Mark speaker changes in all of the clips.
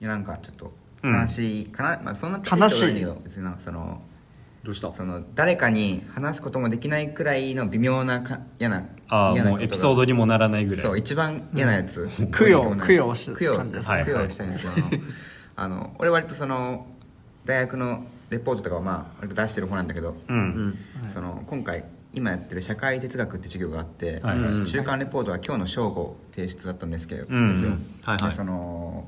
Speaker 1: なんかちょっと
Speaker 2: うん
Speaker 1: 悲しい、かなまあ、そんな
Speaker 2: 悲
Speaker 1: 大したこ
Speaker 2: しい
Speaker 1: となけど別になんかその
Speaker 2: どうした
Speaker 1: その誰かに話すこともできないくらいの微妙なか嫌な
Speaker 2: ああ
Speaker 1: 嫌な
Speaker 2: も
Speaker 1: ことが
Speaker 2: うエピソードにもならないぐらい
Speaker 1: そう一番嫌なやつ
Speaker 2: うん
Speaker 1: 美味しくもない
Speaker 3: 供養供養し
Speaker 1: 供養
Speaker 3: 感じです
Speaker 2: ねはいはい
Speaker 1: 供養したいんですけどあの俺割とその大学のレポートとかはまあ割と出してる方なんだけど、
Speaker 2: うん
Speaker 1: その今回今やってる社会哲学って授業があって、
Speaker 2: はいはい
Speaker 1: 中間レポートは今日の正午提出だったんですけど、
Speaker 2: うん
Speaker 1: ですよ
Speaker 4: はいはい
Speaker 1: でその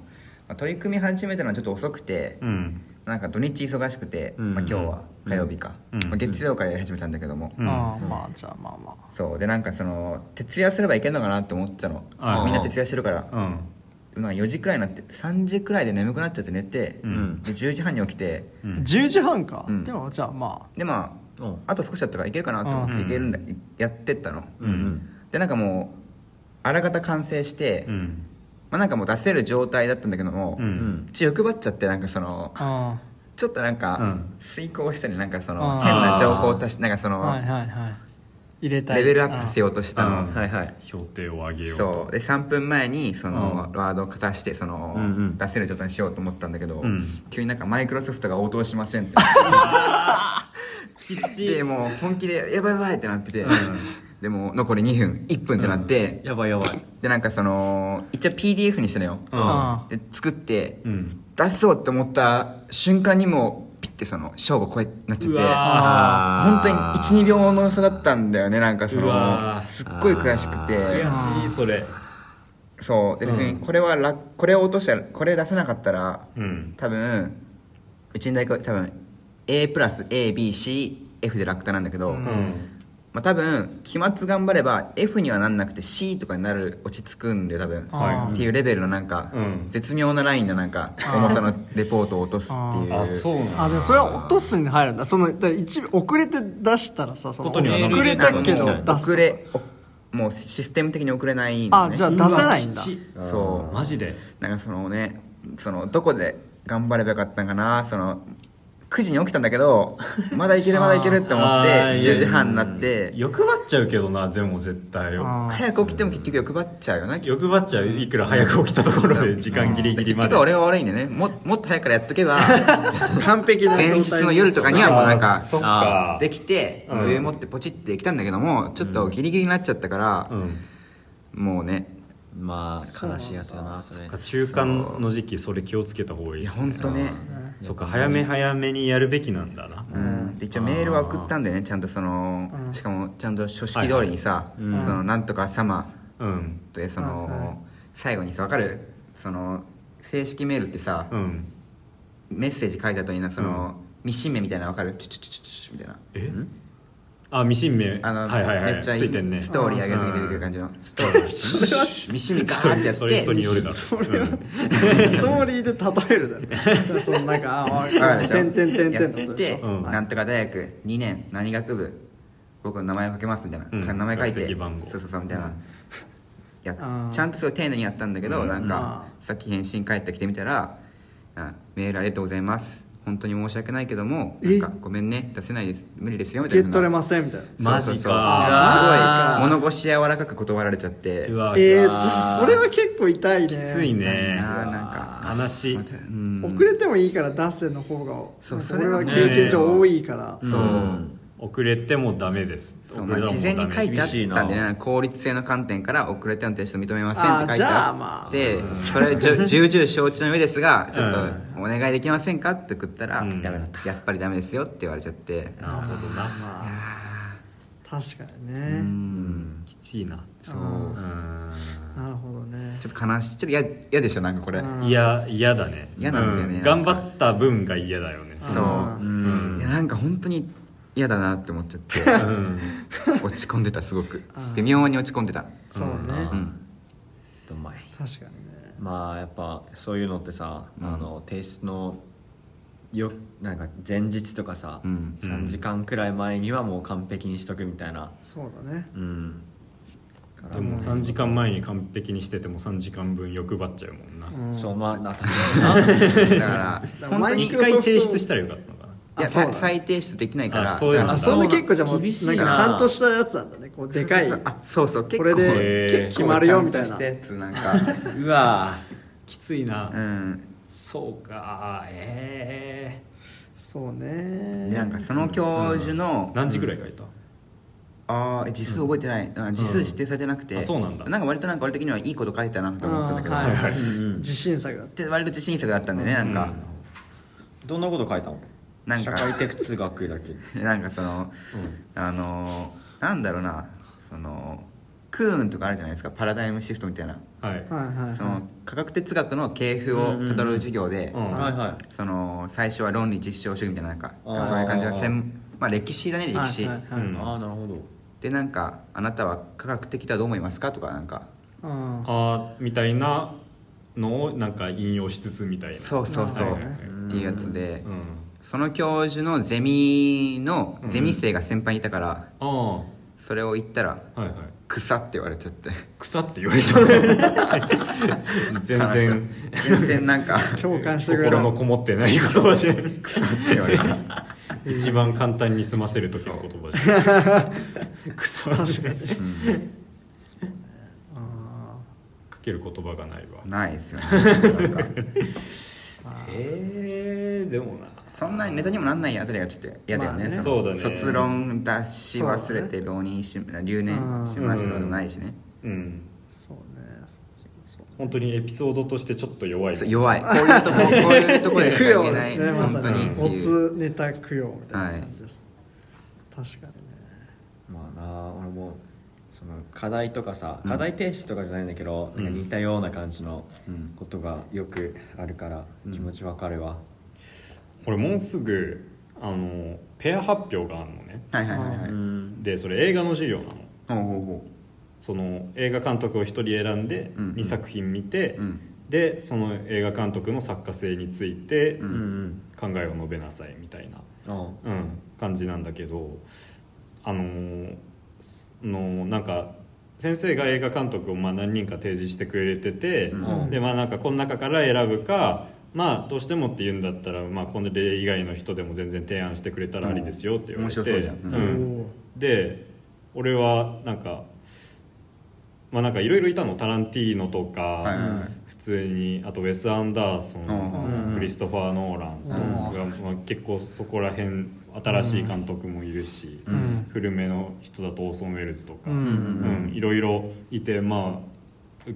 Speaker 1: まあ取り組み始めたのはちょっと遅くて、
Speaker 2: うん
Speaker 1: なんか土日忙しくて、
Speaker 4: うん
Speaker 1: まあ、今日は火曜日か、
Speaker 2: うん
Speaker 1: まあ、月曜からやり始めたんだけども、
Speaker 2: うん
Speaker 3: ああまあじゃあまあまあ
Speaker 1: そうでなんかその徹夜すればいけるのかなって思ってたの
Speaker 2: あー
Speaker 1: みんな徹夜してるから、
Speaker 2: うん
Speaker 1: なんか4時くらいになって3時くらいで眠くなっちゃって寝て、
Speaker 2: うん
Speaker 1: で10時半に起きて
Speaker 2: うん
Speaker 3: 10時半か
Speaker 1: うん
Speaker 3: でもじゃあま
Speaker 1: でまあ、
Speaker 4: うん
Speaker 1: あと少しだったからいけるかなと思って、
Speaker 2: うん
Speaker 1: いけるんだいやってったの、
Speaker 4: うんうん
Speaker 1: でなんかもうあらかた完成して、
Speaker 2: う
Speaker 1: ま
Speaker 2: ん
Speaker 1: あ、なんかもう出せる状態だったんだけども、
Speaker 2: う
Speaker 1: うんち欲張っちゃってなんかその
Speaker 3: あ
Speaker 1: ちょっとなん
Speaker 2: う
Speaker 1: か
Speaker 2: ん
Speaker 1: 遂行したりなんかその
Speaker 3: あー
Speaker 1: 変な情報を足しなんかそ
Speaker 3: あはい
Speaker 1: の
Speaker 3: はいはい入れたい
Speaker 1: レベルアップせようとした
Speaker 2: う
Speaker 1: の
Speaker 2: ん
Speaker 4: はいはい
Speaker 2: 評定を上げようと
Speaker 1: そうで3分前にその
Speaker 2: う
Speaker 1: ワードをかたしてその
Speaker 4: うんうん
Speaker 1: 出せる状態にしようと思ったんだけど
Speaker 2: うん
Speaker 1: 急になんかマイクロソフトが応答しませんって
Speaker 2: き
Speaker 1: でもう本気でやばいやばいってなっててでもう残り2分1分ってなって
Speaker 4: やばいやばい
Speaker 1: でなんかその一応 PDF にしたのよ
Speaker 2: うん
Speaker 3: あ
Speaker 1: で作って
Speaker 2: うん
Speaker 1: 出そうって思った瞬間にもうピッてその正午こうなっち
Speaker 2: うわ
Speaker 1: ゃって本当に12秒の差だったんだよねなんかそうの
Speaker 2: わー
Speaker 1: すっごい悔しくて
Speaker 2: 悔しいそれ
Speaker 1: そうで別にこれは楽これを落としたらこれ出せなかったら
Speaker 2: うん
Speaker 1: 多分うちの大学多分 A プラス ABCF で落胆なんだけど、
Speaker 2: う
Speaker 1: ま
Speaker 2: ん
Speaker 1: あ、多分期末頑張れば F にはなんなくて C とかになる落ち着くんで多分
Speaker 3: あー
Speaker 1: っていうレベルのなんか、
Speaker 2: うん
Speaker 1: 絶妙なラインのなんか重さのレポートを落とすっていう
Speaker 2: あそうなんだ
Speaker 3: あでもそれは落とすに入るんだそのだから一遅れて出したらさその
Speaker 2: こと
Speaker 3: 遅
Speaker 2: にはなる
Speaker 3: れたけど
Speaker 1: なんかもう
Speaker 3: 出す
Speaker 1: 遅れおもうシステム的に遅れないの、
Speaker 3: あ
Speaker 1: ね、
Speaker 3: じゃあ出せない
Speaker 2: うわき
Speaker 3: んだ
Speaker 2: ち
Speaker 1: そう
Speaker 2: マジで
Speaker 1: なんかそのねそのどこで頑張ればよかったんかなその9時に起きたんだけどまだいけるまだいけるって思って
Speaker 2: あーいや
Speaker 1: 10時半になって
Speaker 2: 欲張っちゃうけどなでも絶対よ
Speaker 3: あー
Speaker 1: 早く起きても結局欲張っちゃうよな結
Speaker 2: 欲張っちゃういくら早く起きたところで時間ギリギリま
Speaker 1: 局
Speaker 2: で
Speaker 1: は俺が悪いんでねももっと早くからやっとけば
Speaker 3: 完璧な状態
Speaker 1: 前日の夜とかにはもうなん
Speaker 2: あー
Speaker 1: か
Speaker 2: そっ
Speaker 1: あー
Speaker 2: か
Speaker 1: できて
Speaker 2: うん
Speaker 1: 余裕持ってポチってきたんだけどもちょっとギリギリになっちゃったから
Speaker 2: う、ん
Speaker 1: もうね
Speaker 4: まあ悲しいやつだなそれ
Speaker 2: 中間の時期それ気をつけた方がいい
Speaker 1: い
Speaker 2: で
Speaker 1: や
Speaker 2: すね
Speaker 1: 本当ね
Speaker 2: そっか早め早めにやるべきなんだな
Speaker 1: うん、で一応メールは送ったんだよねちゃんとその、しかもちゃんと書式通りにさ「
Speaker 4: はい
Speaker 1: そのなんとか様」
Speaker 2: うん
Speaker 1: でそ
Speaker 3: はいはい
Speaker 1: の最後にさ分かるその正式メールってさ
Speaker 2: うん
Speaker 1: メッセージ書いた後になそのミシン目みたいなの分かるチュチュチュチュチュみたいな
Speaker 2: えあミシン目
Speaker 1: あの
Speaker 2: はいはいはい
Speaker 1: めっちゃいい
Speaker 2: ついてんね
Speaker 1: ストーリー上げる時に出てくる感じのストーリーミシン目ガーってや
Speaker 2: それ
Speaker 1: っ
Speaker 2: 人に
Speaker 1: て
Speaker 2: よるだろ
Speaker 3: それはストーリーで例えるだ ろそのなんかあ
Speaker 1: 分かる
Speaker 3: あ
Speaker 1: でし
Speaker 3: てんてんて
Speaker 1: ょ
Speaker 3: ん
Speaker 1: や
Speaker 3: て
Speaker 1: っ
Speaker 3: んのこと
Speaker 1: て
Speaker 3: でしょ
Speaker 2: うん
Speaker 1: なんとか大学2年何学部僕の名前を書けますみたいな、
Speaker 2: うん
Speaker 1: 名前書い
Speaker 2: 学
Speaker 1: て
Speaker 2: 籍番号
Speaker 1: そうそうそうみたいな、
Speaker 2: うん
Speaker 1: や
Speaker 3: ー
Speaker 1: ちゃんとすごい丁寧にやったんだけど、なんか
Speaker 3: あ
Speaker 1: さっき返信返ってきてみたらあ「メールありがとうございます本当に申し訳ないけどもな
Speaker 3: え
Speaker 1: んかごめんね出せないです無理ですよ」みた
Speaker 3: 受
Speaker 1: い
Speaker 3: け
Speaker 1: な
Speaker 3: 取れ
Speaker 1: す
Speaker 3: ませんみたいな
Speaker 2: マジか
Speaker 1: すごいう
Speaker 3: わー
Speaker 1: 物腰柔らかく断られちゃって
Speaker 2: うわ
Speaker 3: えー、じ
Speaker 2: き
Speaker 3: ゃあそれは結構痛いね
Speaker 2: ついね
Speaker 1: あーなんか
Speaker 2: 悲しい
Speaker 1: うん
Speaker 3: 遅れてもいいから出せの方が
Speaker 1: そう
Speaker 3: なんか
Speaker 1: それ
Speaker 3: 俺
Speaker 1: は
Speaker 3: は経験上多いから、
Speaker 1: そうん
Speaker 2: 遅れてもダメです
Speaker 1: そう
Speaker 2: 遅
Speaker 1: ま
Speaker 2: れ
Speaker 1: あ、
Speaker 2: た
Speaker 1: 事
Speaker 2: も
Speaker 1: 前に書いてあったんで
Speaker 4: 厳しい
Speaker 1: ね効率性の観点から遅れての提出認めませんって書いて
Speaker 3: あーじゃ
Speaker 1: あ
Speaker 3: あ
Speaker 1: って
Speaker 3: まあ
Speaker 1: それをじゅ重々承知の上ですがちょっ
Speaker 2: う
Speaker 1: とお願いできませんかって送ったら、
Speaker 2: うんダメだっ
Speaker 1: やっぱりダメですよって言われちゃって
Speaker 2: ダメなるほどな
Speaker 3: 確かにね、
Speaker 2: うんきついな
Speaker 1: そうち
Speaker 2: うん
Speaker 3: なるほどね
Speaker 1: ょっと悲しいちょっと嫌嫌でしょなんかこれ、
Speaker 3: うん
Speaker 2: いや嫌だね
Speaker 1: 嫌なんだよね
Speaker 2: う頑張った分が嫌だよね
Speaker 1: そう、
Speaker 3: う
Speaker 1: いやなんか本当に嫌だなって思っちゃって
Speaker 2: うん
Speaker 1: 落ち込んでたすごく
Speaker 3: うん
Speaker 1: 微妙に落ち込んでた
Speaker 3: そうね、
Speaker 1: うん
Speaker 4: うまい
Speaker 3: 確かにね
Speaker 4: まあやっぱそういうのってさ、
Speaker 1: うん
Speaker 4: あの提出のよなんか前日とかさ、
Speaker 1: うん
Speaker 4: 3時間くらい前にはもう完璧にしとくみたいな
Speaker 3: そうだね
Speaker 4: うん
Speaker 2: でも3時間前に完璧にしてても3時間分欲張っちゃうもんな
Speaker 3: うん
Speaker 4: そうまあな確かにな
Speaker 1: だか ら
Speaker 3: だから
Speaker 1: 本当に
Speaker 2: 一回提出したらよかったのかない
Speaker 1: や
Speaker 3: あそう
Speaker 1: さ
Speaker 3: だ
Speaker 1: 再提出できないから
Speaker 2: あそういうこと
Speaker 1: だ
Speaker 3: あ
Speaker 1: から
Speaker 3: そんな結構じゃあもう
Speaker 4: 厳しい
Speaker 3: な
Speaker 4: なん
Speaker 3: かちゃんとしたやつなんだねこうでかい
Speaker 1: そうそうそうあそうそう結
Speaker 3: こ
Speaker 1: 構
Speaker 3: れ
Speaker 2: へ
Speaker 3: で
Speaker 2: ー
Speaker 3: 決まるよみたい
Speaker 1: 結
Speaker 3: な
Speaker 1: 構ちゃんとしたやつなんか
Speaker 4: うわ
Speaker 2: きついな
Speaker 1: うん
Speaker 2: そうかえ
Speaker 3: そう
Speaker 1: で
Speaker 3: ね
Speaker 1: なんかその
Speaker 2: え
Speaker 1: 教授の、
Speaker 2: 何時ぐらい書いた、
Speaker 1: ああ実数覚えてない、あ実数指定されてなくて、
Speaker 2: あそうなんだ
Speaker 1: なんか割となんか俺的にはいいこと書いたなと思ったんだけど、
Speaker 3: あーはい
Speaker 4: うん
Speaker 3: 自信作だ
Speaker 1: で割と自信作だったんでねなんか、
Speaker 4: どんなこと書いたの
Speaker 1: なんか
Speaker 4: 社会的通学だっけ
Speaker 1: なんかその、あのーなんだろうなそのクーンとかあるじゃないですかパラダイムシフトみたいな、
Speaker 2: はい、
Speaker 3: はいはいはい
Speaker 1: その科学哲学の系譜をたる授業で、
Speaker 2: うんうん
Speaker 4: はいはい
Speaker 1: その最初は論理実証主義みたいななんか
Speaker 4: あー
Speaker 1: そういう感じの専まあ、歴史だね歴史、
Speaker 3: はいはいはい
Speaker 2: うん
Speaker 4: ああなるほど
Speaker 1: でなんか「あなたは科学的とはどう思いますか?」とかなんか
Speaker 3: あー
Speaker 2: あーみたいなのをなんか引用しつつみたいな
Speaker 1: そうそうそう、
Speaker 2: はいはいはい
Speaker 1: っていうやつで、
Speaker 2: うん
Speaker 1: その教授のゼミのゼミ生が先輩にいたから、
Speaker 2: ああは
Speaker 1: それを言ったら
Speaker 2: いはい
Speaker 1: 「草」って言われちゃって
Speaker 2: 草って言われ たね
Speaker 1: 悲しかっ
Speaker 2: 全然
Speaker 1: た全然なんか
Speaker 3: 共感してくれ
Speaker 2: 心
Speaker 3: た
Speaker 2: のこもってない言葉じゃん
Speaker 1: 草って言われて
Speaker 2: 一番簡単に済ませる時の言葉じゃん草じゃんか
Speaker 3: あ
Speaker 2: ける言葉がないわ
Speaker 1: ないですよねなんか
Speaker 2: えー、でもな
Speaker 1: そんなにネタにもなんないあたりがちょっと嫌だよね,、
Speaker 3: まあね
Speaker 2: そうだね
Speaker 1: 卒論出し忘れて浪人し、留年しましたとかでもないしね、
Speaker 2: うん
Speaker 3: ーそうねそっちもそう
Speaker 2: 本当にエピソードとしてちょっと弱い
Speaker 1: そう弱 いこういうとここういうとこでしか
Speaker 3: 供
Speaker 1: 言え
Speaker 3: 養で
Speaker 1: な
Speaker 3: す
Speaker 1: い、
Speaker 3: ねま
Speaker 1: 本
Speaker 3: さ
Speaker 1: 当
Speaker 3: に
Speaker 1: に
Speaker 3: お
Speaker 1: っていう
Speaker 3: つネタ供養みたいな感じです、確かにね
Speaker 4: まあなあ俺もその課題とかさ課題提出とかじゃないんだけど、なんか似たような感じの
Speaker 1: うん
Speaker 4: ことがよくあるから気持ちわかるわ、
Speaker 2: 俺もうすぐあのペア発表があるのね
Speaker 1: はいはいはいはい、
Speaker 4: うん
Speaker 2: でそれ映画の授業なの
Speaker 1: ほうほうほ
Speaker 2: その映画監督を1人選んで
Speaker 1: うん
Speaker 2: 2作品見て、
Speaker 1: ううん
Speaker 2: でその映画監督の作家性について
Speaker 1: う
Speaker 4: うんんうん
Speaker 2: 考えを述べなさいみたいな、
Speaker 4: あ
Speaker 2: うん、感じなんだけどあのーそのなんか先生が映画監督をまあ何人か提示してくれてて、
Speaker 4: うん
Speaker 2: でまあなんかこの中から選ぶかまあどうしてもって言うんだったら、まあ、これ以外の人でも全然提案してくれたらありですよって言われて、
Speaker 1: うん面白そうじゃん
Speaker 2: う
Speaker 1: うん
Speaker 3: おー
Speaker 2: で俺はなんかまあなんかいろいろいたのタランティーノとか、
Speaker 1: はいはいはい
Speaker 2: 普通にあとウェス・アンダーソン、
Speaker 1: うん
Speaker 4: うん
Speaker 2: クリストファー・ノーランとか、まあ、結構そこら辺新しい監督もいるし、
Speaker 1: うん
Speaker 3: うん
Speaker 2: 古めの人だとオーソン・ウェルズとか、
Speaker 3: うん
Speaker 2: うんいろいろいてまあ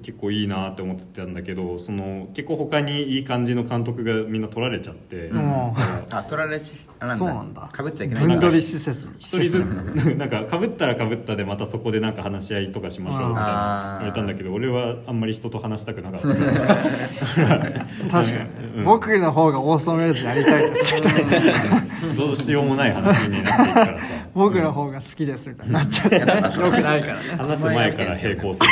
Speaker 2: 結構いいなって思ってたんだけどその結構他にいい感じの監督がみんな取られちゃって。
Speaker 1: うん
Speaker 3: も
Speaker 1: あ取られしあなんだ
Speaker 3: そうなんだ
Speaker 1: かぶっちゃいけない
Speaker 3: 分取り施設
Speaker 2: 一人ずつなんかかぶったらかぶったでまたそこでなんか話し合いとかしましょうみたい
Speaker 1: あ
Speaker 2: な
Speaker 1: ー
Speaker 2: 言われたんだけど俺はあんまり人と話したくなかったから
Speaker 3: 確かに、僕の方がオーソンウェルズやりたいですみたいな
Speaker 2: どうしようもない話になって いくからさ
Speaker 3: 僕の方が好きですみたいになっちゃってよくないからね
Speaker 2: 話す前から並行する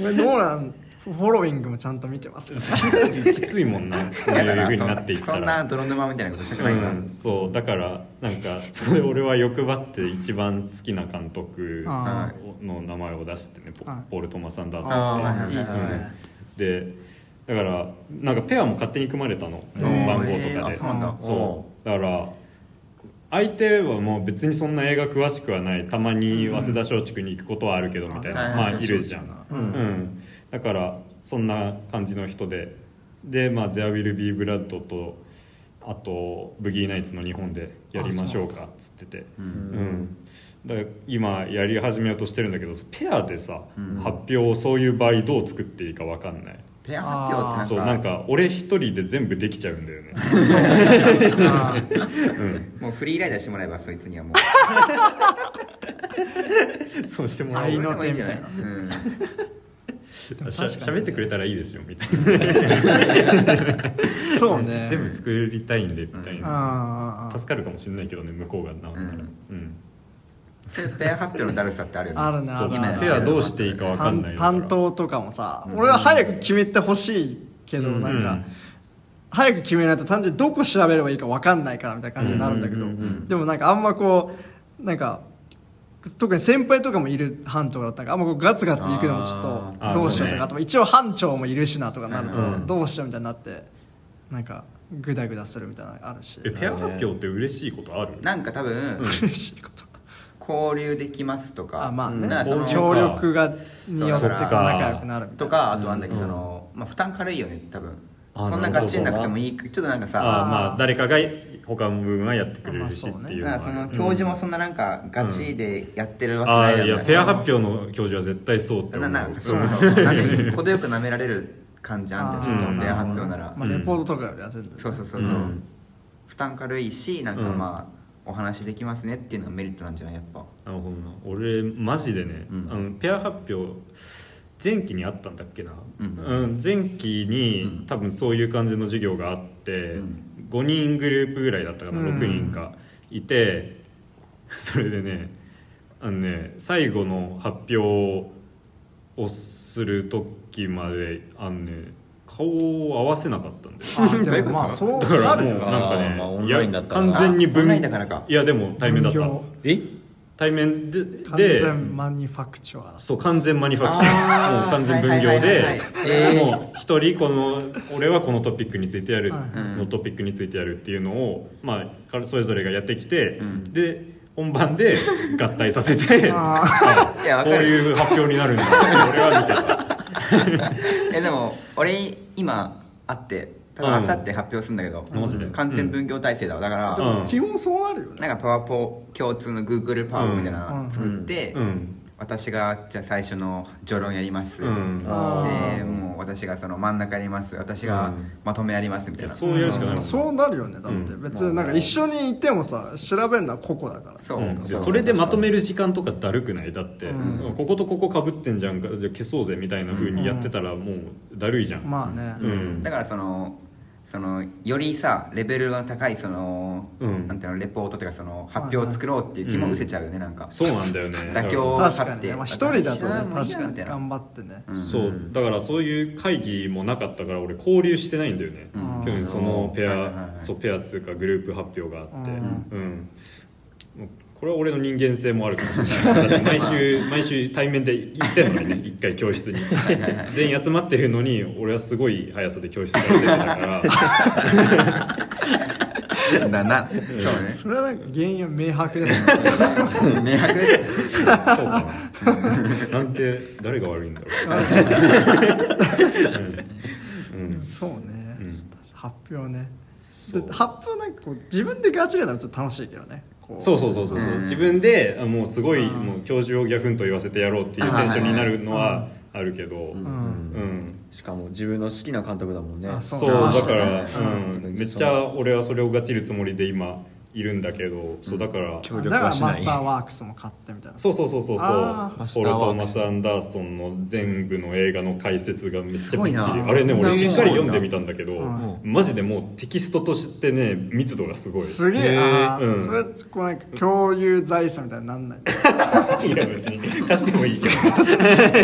Speaker 3: 俺ノーランフォローイングもちゃんと見てますよ
Speaker 2: きついもんなそう
Speaker 1: 嫌
Speaker 2: い
Speaker 1: だ
Speaker 2: う
Speaker 1: な
Speaker 2: ふうになっていった
Speaker 1: そん
Speaker 2: ら
Speaker 1: な泥沼みたいなことしたく
Speaker 2: う
Speaker 1: ないから、
Speaker 2: ん、そうだからなんかそれ俺は欲張って一番好きな監督
Speaker 3: あ
Speaker 2: の名前を出してねポ
Speaker 3: はい
Speaker 2: ポール・トマス・アンダーソ
Speaker 1: あーはい
Speaker 2: ン
Speaker 1: はいは
Speaker 2: って
Speaker 1: いはい
Speaker 3: ですね
Speaker 2: でだからなんかペアも勝手に組まれたの
Speaker 1: ん
Speaker 2: 番号とかで、
Speaker 1: えーあそうなんだ
Speaker 2: そうだから相手はもう別にそんな映画詳しくはないたまに早稲田松竹に行くことはあるけどみたいな、
Speaker 1: うん
Speaker 2: まあ
Speaker 1: はい
Speaker 2: いるじゃん、
Speaker 3: う
Speaker 2: うん
Speaker 3: ん
Speaker 2: だからそんな感じの人ででまあ「ゼアウィル・ビー・ブラッド」とあと「ブギー・ナイツ」の日本でやりましょうかっつっててう
Speaker 1: うん
Speaker 2: んだから今やり始めようとしてるんだけどペアでさ、発表をそういう場合どう作っていいか分かんない
Speaker 1: ペア発表って
Speaker 2: そう
Speaker 1: な
Speaker 2: なんん
Speaker 1: か
Speaker 2: か俺一人で全部できちゃうんだよね
Speaker 3: あ
Speaker 1: もうフリーライダーしてもらえばそいつにはもう
Speaker 2: そうしても
Speaker 3: らおう
Speaker 1: い
Speaker 3: 愛の
Speaker 1: いんじゃない
Speaker 3: 手み
Speaker 1: うん
Speaker 2: しゃ喋ってくれたらいいですよみたい
Speaker 3: ーそうね
Speaker 2: な全部作りたいんでみたいな
Speaker 3: あー
Speaker 2: 助かるかもしれないけどね向こうがなおな
Speaker 1: う
Speaker 2: ら
Speaker 1: ん
Speaker 2: うん
Speaker 1: そういうペア発表のだるさってあるよね
Speaker 3: あるね
Speaker 2: そう
Speaker 3: 今やって
Speaker 2: ペ
Speaker 3: る
Speaker 2: アどうしていいか分かんない
Speaker 3: 担
Speaker 2: よ
Speaker 3: 担当とかもさ俺は早く決めてほしいけど
Speaker 4: うん
Speaker 3: なん
Speaker 2: う
Speaker 3: か
Speaker 2: ん
Speaker 3: 早く決めないと単純にどこ調べればいいか分かんないからみたいな感じになるんだけど
Speaker 4: うんうんうんうん
Speaker 3: でもなんかあんまこうなんか特に先輩とかもいる班とかだったからあんまこうガツガツ行くのもちょっ
Speaker 2: あー
Speaker 3: とどうしよ
Speaker 2: あーそう
Speaker 3: うと
Speaker 2: ね
Speaker 3: かあと一応班長もいるしなとかなる
Speaker 2: う
Speaker 3: と
Speaker 2: ん
Speaker 3: どうしようみたいになってなんかグダグダするみたいなのがあるし
Speaker 2: えペア発表って嬉しいことある
Speaker 1: なんか多分
Speaker 3: 嬉しいこと
Speaker 1: 交流できますとか
Speaker 3: あまあね
Speaker 1: ならそ
Speaker 2: 交
Speaker 1: の
Speaker 2: 流
Speaker 3: 協力がによってこ
Speaker 1: そ
Speaker 3: う
Speaker 1: うか
Speaker 3: 仲良くなるみた
Speaker 1: と
Speaker 3: いな
Speaker 1: かあとあんだけどその、まあ、負担軽いよね多分
Speaker 2: あ
Speaker 1: そんな
Speaker 2: なるほど
Speaker 1: ガチんなくてもいいちょっとなんか
Speaker 2: あ
Speaker 1: さ
Speaker 2: あまあ誰かが他の部分はやってくれるし
Speaker 3: まあそうね
Speaker 2: っていうの
Speaker 1: なん
Speaker 2: は
Speaker 1: か
Speaker 2: あ
Speaker 1: そ
Speaker 2: る
Speaker 1: の教授もそんななんかガチでやってるわけ
Speaker 2: あ
Speaker 1: な
Speaker 2: あ
Speaker 1: いじゃ
Speaker 2: い
Speaker 1: ん
Speaker 2: やペア発表の教授は絶対そうって
Speaker 1: な
Speaker 2: 思う
Speaker 1: なんかそう
Speaker 2: うん
Speaker 1: そうなんか程よく舐められる感じあんじゃんちょ
Speaker 2: う
Speaker 1: っ
Speaker 2: ん
Speaker 1: とペア発表なら、
Speaker 3: まあ、レポートとかよりは全然、
Speaker 1: そうそうそうそう、
Speaker 2: うん
Speaker 1: 負担軽いしなんかまあ、お話できますねっていうのがメリットなんじゃないやっぱ
Speaker 2: なるほどな俺マジでね、
Speaker 1: うん
Speaker 2: あのペア発表前期にあったんだっけな、
Speaker 1: うん
Speaker 2: うん前期に、
Speaker 1: うん
Speaker 2: 多分そういう感じの授業があって、
Speaker 1: うん
Speaker 2: 5人グループぐらいだったかな、
Speaker 3: うん
Speaker 2: 6人かいて それでねあのね最後の発表をする時まであのね顔を合わせなかったん だよ
Speaker 3: あでもまあそう
Speaker 2: だから
Speaker 3: な
Speaker 2: もう
Speaker 3: る
Speaker 4: か
Speaker 2: なんかね、
Speaker 4: まあオン
Speaker 2: い
Speaker 4: ラインだ
Speaker 2: や
Speaker 4: ったら
Speaker 2: 完全に
Speaker 1: あオン
Speaker 2: 分
Speaker 1: ラインだからか
Speaker 2: いやでも対面だった
Speaker 3: 分業
Speaker 4: え
Speaker 2: 対面で
Speaker 3: 完
Speaker 2: で
Speaker 3: 全マニファクチュア
Speaker 2: そう完全マニファクチャ
Speaker 1: あ
Speaker 2: ー
Speaker 1: ー
Speaker 2: もう完全分業
Speaker 1: はいはいはい
Speaker 2: で
Speaker 1: はい
Speaker 2: えーもう一人この俺はこのトピックについてやる
Speaker 3: はい
Speaker 2: のトピックについてやるっていうのをまあかそれぞれがやってきて
Speaker 1: うん
Speaker 2: で本番で合体させて
Speaker 3: あー
Speaker 2: あ
Speaker 1: いやわ
Speaker 2: こう
Speaker 1: かる
Speaker 2: いう発表になるんだって俺は見て た
Speaker 1: えでも俺今会って多分
Speaker 2: うん
Speaker 1: あさって発表するんだけど
Speaker 2: マジで
Speaker 1: 完全分業体制だわだから、
Speaker 3: で
Speaker 2: うん
Speaker 3: も基本そうなるよね、
Speaker 1: なんかパワポ共通の Google パワーみたいなの作って、
Speaker 2: うん
Speaker 1: 私がじゃあ最初の序論やります、
Speaker 2: うん
Speaker 3: あー
Speaker 1: でもう私がその真ん中やります私
Speaker 2: う
Speaker 1: が
Speaker 2: ん
Speaker 1: まとめやりますみたいな、
Speaker 2: いやそうやるしかないもんね
Speaker 3: そうなるよねだって、
Speaker 2: うん
Speaker 3: 別になんか一緒にいてもさ調べるのは個々だから
Speaker 1: そう、
Speaker 2: うん
Speaker 1: う
Speaker 2: でそれでまとめる時間とかだるくないだって、
Speaker 3: う
Speaker 2: こことここかぶってんじゃんかじゃあ消そうぜみたいな風にやってたらもうだるいじゃん、
Speaker 3: まあね、
Speaker 2: うん
Speaker 1: だからそのそのよりさレベルの高いその、
Speaker 2: うん
Speaker 1: なんていうのレポートというかその発表を作ろうっていう気も失せちゃうよね、なんか
Speaker 2: そうなんだよね
Speaker 1: 妥協
Speaker 3: 確かにね、まあ、一人だとね
Speaker 1: うん
Speaker 3: 確かに頑張ってね、
Speaker 1: ん
Speaker 2: そうだからそういう会議もなかったから俺交流してないんだよね、
Speaker 1: うん
Speaker 2: 去年そのペア、
Speaker 1: はいはいはい
Speaker 2: そうペアっていうかグループ発表があって
Speaker 3: うん
Speaker 2: うん、これは俺の人間性もあるかもしれないだって 毎週毎週対面で行ってんのに ね一回教室に全員集まってるのに俺はすごい速さで教室から出てた から
Speaker 1: だなそう
Speaker 3: それはなんか原因は明白ですね
Speaker 1: ね明白ですよ
Speaker 2: そうかななんて誰が悪いんだ ろう、うんうん
Speaker 3: そうね、
Speaker 2: うん
Speaker 3: 発表ね
Speaker 2: そ
Speaker 3: で
Speaker 2: う
Speaker 3: 発表なんかこう自分でガチでなるとちょっと楽しいけどねこ
Speaker 2: そうそうそうそうそう、
Speaker 1: うん
Speaker 2: 自分であもうすごい、
Speaker 3: うん
Speaker 2: もう教授をギャフンと言わせてやろうっていうテンションになるのはあるけど、
Speaker 4: う
Speaker 3: うんん
Speaker 2: うん、
Speaker 4: しかも自分の好きな監督だもんね
Speaker 3: あ
Speaker 2: そう
Speaker 3: そう
Speaker 2: だ
Speaker 3: だ
Speaker 2: から、
Speaker 3: そう
Speaker 2: うん、めっちゃ俺はそれをガチるつもりで今いるんだけどそうだから、
Speaker 4: 協力
Speaker 3: だか
Speaker 4: は
Speaker 3: ら
Speaker 4: し
Speaker 3: マ
Speaker 4: ない
Speaker 3: スターワークスも買ってみたいな
Speaker 2: そうそうそうそうそう
Speaker 3: あ
Speaker 2: ポ
Speaker 3: ー
Speaker 4: マスター
Speaker 2: ル・
Speaker 4: ワークス
Speaker 2: トーマス・アンダーソンの全部の映画の解説がめっちゃびっち
Speaker 1: すご
Speaker 2: り
Speaker 1: いな
Speaker 2: あれね俺
Speaker 4: そ
Speaker 2: し
Speaker 4: んなもん
Speaker 2: っかり読んでみたんだけど、
Speaker 3: うん
Speaker 2: マジでもうテキストとしてね密度がすごい
Speaker 3: すげ
Speaker 4: へ
Speaker 3: え
Speaker 4: ー
Speaker 3: あ
Speaker 2: うん
Speaker 3: ーそれはこうなんか共有財産みたいになんない
Speaker 2: いや別に貸してもいいけど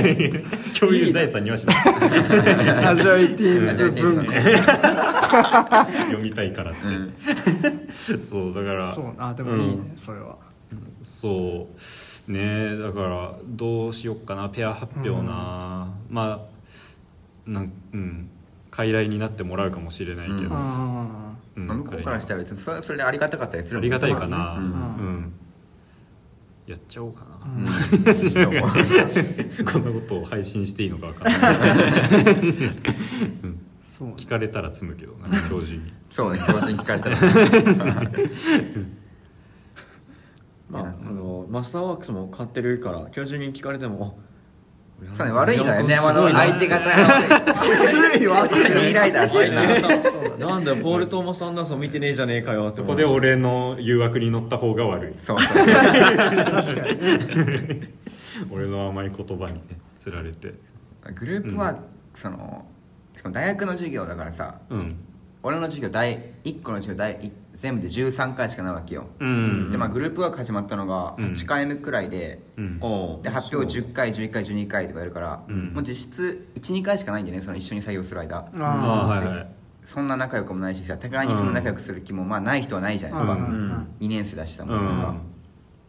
Speaker 2: 共有財産にはしない
Speaker 3: アジアイティーンズ文庫
Speaker 2: 読みたいからって、 そうだから
Speaker 3: そうあでもいいね、
Speaker 2: うん
Speaker 3: それは
Speaker 2: そうねだからどうしよっかなペア発表な、まあなんうん傀儡になってもらうかもしれないけど、
Speaker 1: う
Speaker 3: うん
Speaker 2: うん
Speaker 1: まあ向こうからしたら別にそれそれでありがたかったりするも
Speaker 2: あ
Speaker 1: ん
Speaker 2: り
Speaker 1: ね
Speaker 2: がたいかな、
Speaker 1: う
Speaker 2: うんん
Speaker 3: う
Speaker 2: やっちゃおうかな、
Speaker 3: う
Speaker 1: うん
Speaker 3: ん
Speaker 1: いいと思う
Speaker 2: こんなことを配信していいのか分かんない
Speaker 3: そうね
Speaker 2: 聞かれたら積むけどな教授に
Speaker 1: そうね教授に聞かれたら
Speaker 4: まあ、あのマスターワークスも買ってるから教授に聞かれてもあ
Speaker 1: そうね悪いのよね
Speaker 4: や
Speaker 1: あの相手方が
Speaker 3: 古いわ
Speaker 1: 悪いイライラしてるな
Speaker 4: なんだよポール・トーマス・アンダーソン見てねえじゃねえかよって
Speaker 2: そ
Speaker 4: 思
Speaker 2: こ
Speaker 4: う
Speaker 2: で俺の誘惑に乗った方が悪い
Speaker 1: そうそう
Speaker 2: 俺の甘い言葉にねつられて
Speaker 1: グループはそのしかも大学の授業だからさ
Speaker 2: うん
Speaker 1: 俺の授業第1個の授業第一全部で13回しかないわけよ、
Speaker 2: うん
Speaker 1: でまあグループワーク始まったのが
Speaker 2: うん
Speaker 1: 8回目くらいで、
Speaker 2: うん
Speaker 4: おう
Speaker 1: で発表10回11回12回とかやるから、
Speaker 2: うん
Speaker 1: もう実質12回しかないんでねその一緒に作業する間、
Speaker 3: あ
Speaker 2: あ
Speaker 3: ー
Speaker 2: あはいはい
Speaker 1: そんな仲良くもないしさ互いにそんな仲良くする気もまあない人はないじゃない
Speaker 3: うん
Speaker 1: です
Speaker 3: う
Speaker 1: か、
Speaker 3: ん
Speaker 1: 2年生だしだ
Speaker 2: う
Speaker 1: もん、なんか
Speaker 2: ん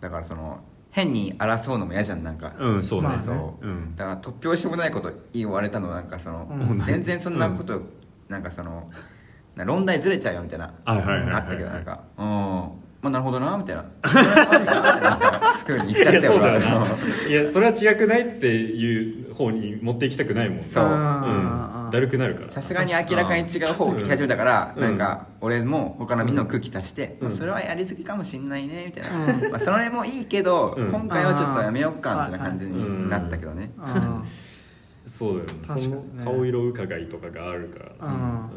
Speaker 1: だからその変に争うのも嫌じゃんなんか、
Speaker 2: うんそうね、
Speaker 3: まあね
Speaker 1: そう、
Speaker 2: うん
Speaker 1: だから突拍子もないこと言われたのなんかその、
Speaker 3: うん
Speaker 1: 全然そんなこと、なんかそのな論題ずれちゃうよみたいな
Speaker 2: はいはいはいはい
Speaker 1: あったけどなんかうんまあなるほどなみ たいなふうに言っちゃったよ俺
Speaker 2: いやそうだよ
Speaker 1: は
Speaker 2: ないやそれは違くないっていう方に持っていきたくないもんね
Speaker 1: そう
Speaker 2: うんだるくなるから
Speaker 1: さすがに明らかに違う方を聞き始めたから、
Speaker 2: うん
Speaker 1: なんか俺も他のみんなの空気足して、
Speaker 2: うん
Speaker 1: まあそれはやりすぎかもしんないねみたいな、まあそれもいいけど、
Speaker 2: うん
Speaker 1: 今回はちょっとやめようかみたいな感じになったけどね、
Speaker 3: あ
Speaker 2: そうだよね
Speaker 3: 確かにね
Speaker 2: その顔色伺いとかがあるから、
Speaker 3: うん
Speaker 2: うん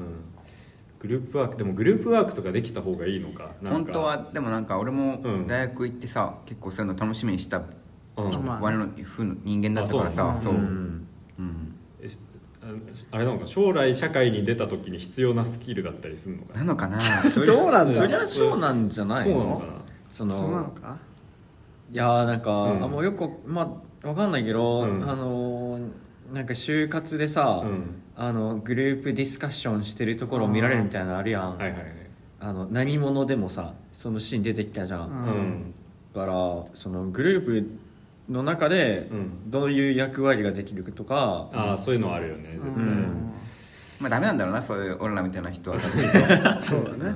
Speaker 2: グループワークでもグループワークとかできた方がいいのかなん
Speaker 1: 本
Speaker 2: か
Speaker 1: 当はでもなんか俺も
Speaker 2: うん
Speaker 1: 大学行ってさ、結構そういうの楽しみにした
Speaker 2: うん
Speaker 3: まあね
Speaker 1: 我の風の人間だったからさ
Speaker 2: あ
Speaker 1: そ
Speaker 2: そうう
Speaker 1: う
Speaker 2: なんだ
Speaker 1: ん、
Speaker 2: えしああれなのか将来社会に出た時に必要なスキルだったりするのか
Speaker 1: なのか な
Speaker 3: どうなんだ
Speaker 4: そりゃそうなんじゃない
Speaker 2: そうなのかな
Speaker 4: そ
Speaker 3: ー
Speaker 4: の
Speaker 3: そうなのか
Speaker 4: いやーなんか、
Speaker 2: うん
Speaker 4: あもうよくまあわかんないけど、
Speaker 2: うん
Speaker 4: あのーなんか就活でさ、
Speaker 2: うん
Speaker 4: あのグループディスカッションしてるところを見られるみたいなのあるやんあ、
Speaker 2: はいはいはい
Speaker 4: の何者でもさそのシーン出てきたじゃん、
Speaker 3: うん
Speaker 2: うん、
Speaker 4: だからそのグループの中で
Speaker 2: うん
Speaker 4: どういう役割ができるとか、
Speaker 2: ああそういうのはあるよね絶対、
Speaker 3: うん
Speaker 1: まあダメなんだろうなそういう俺らみたいな人 は
Speaker 3: そうだね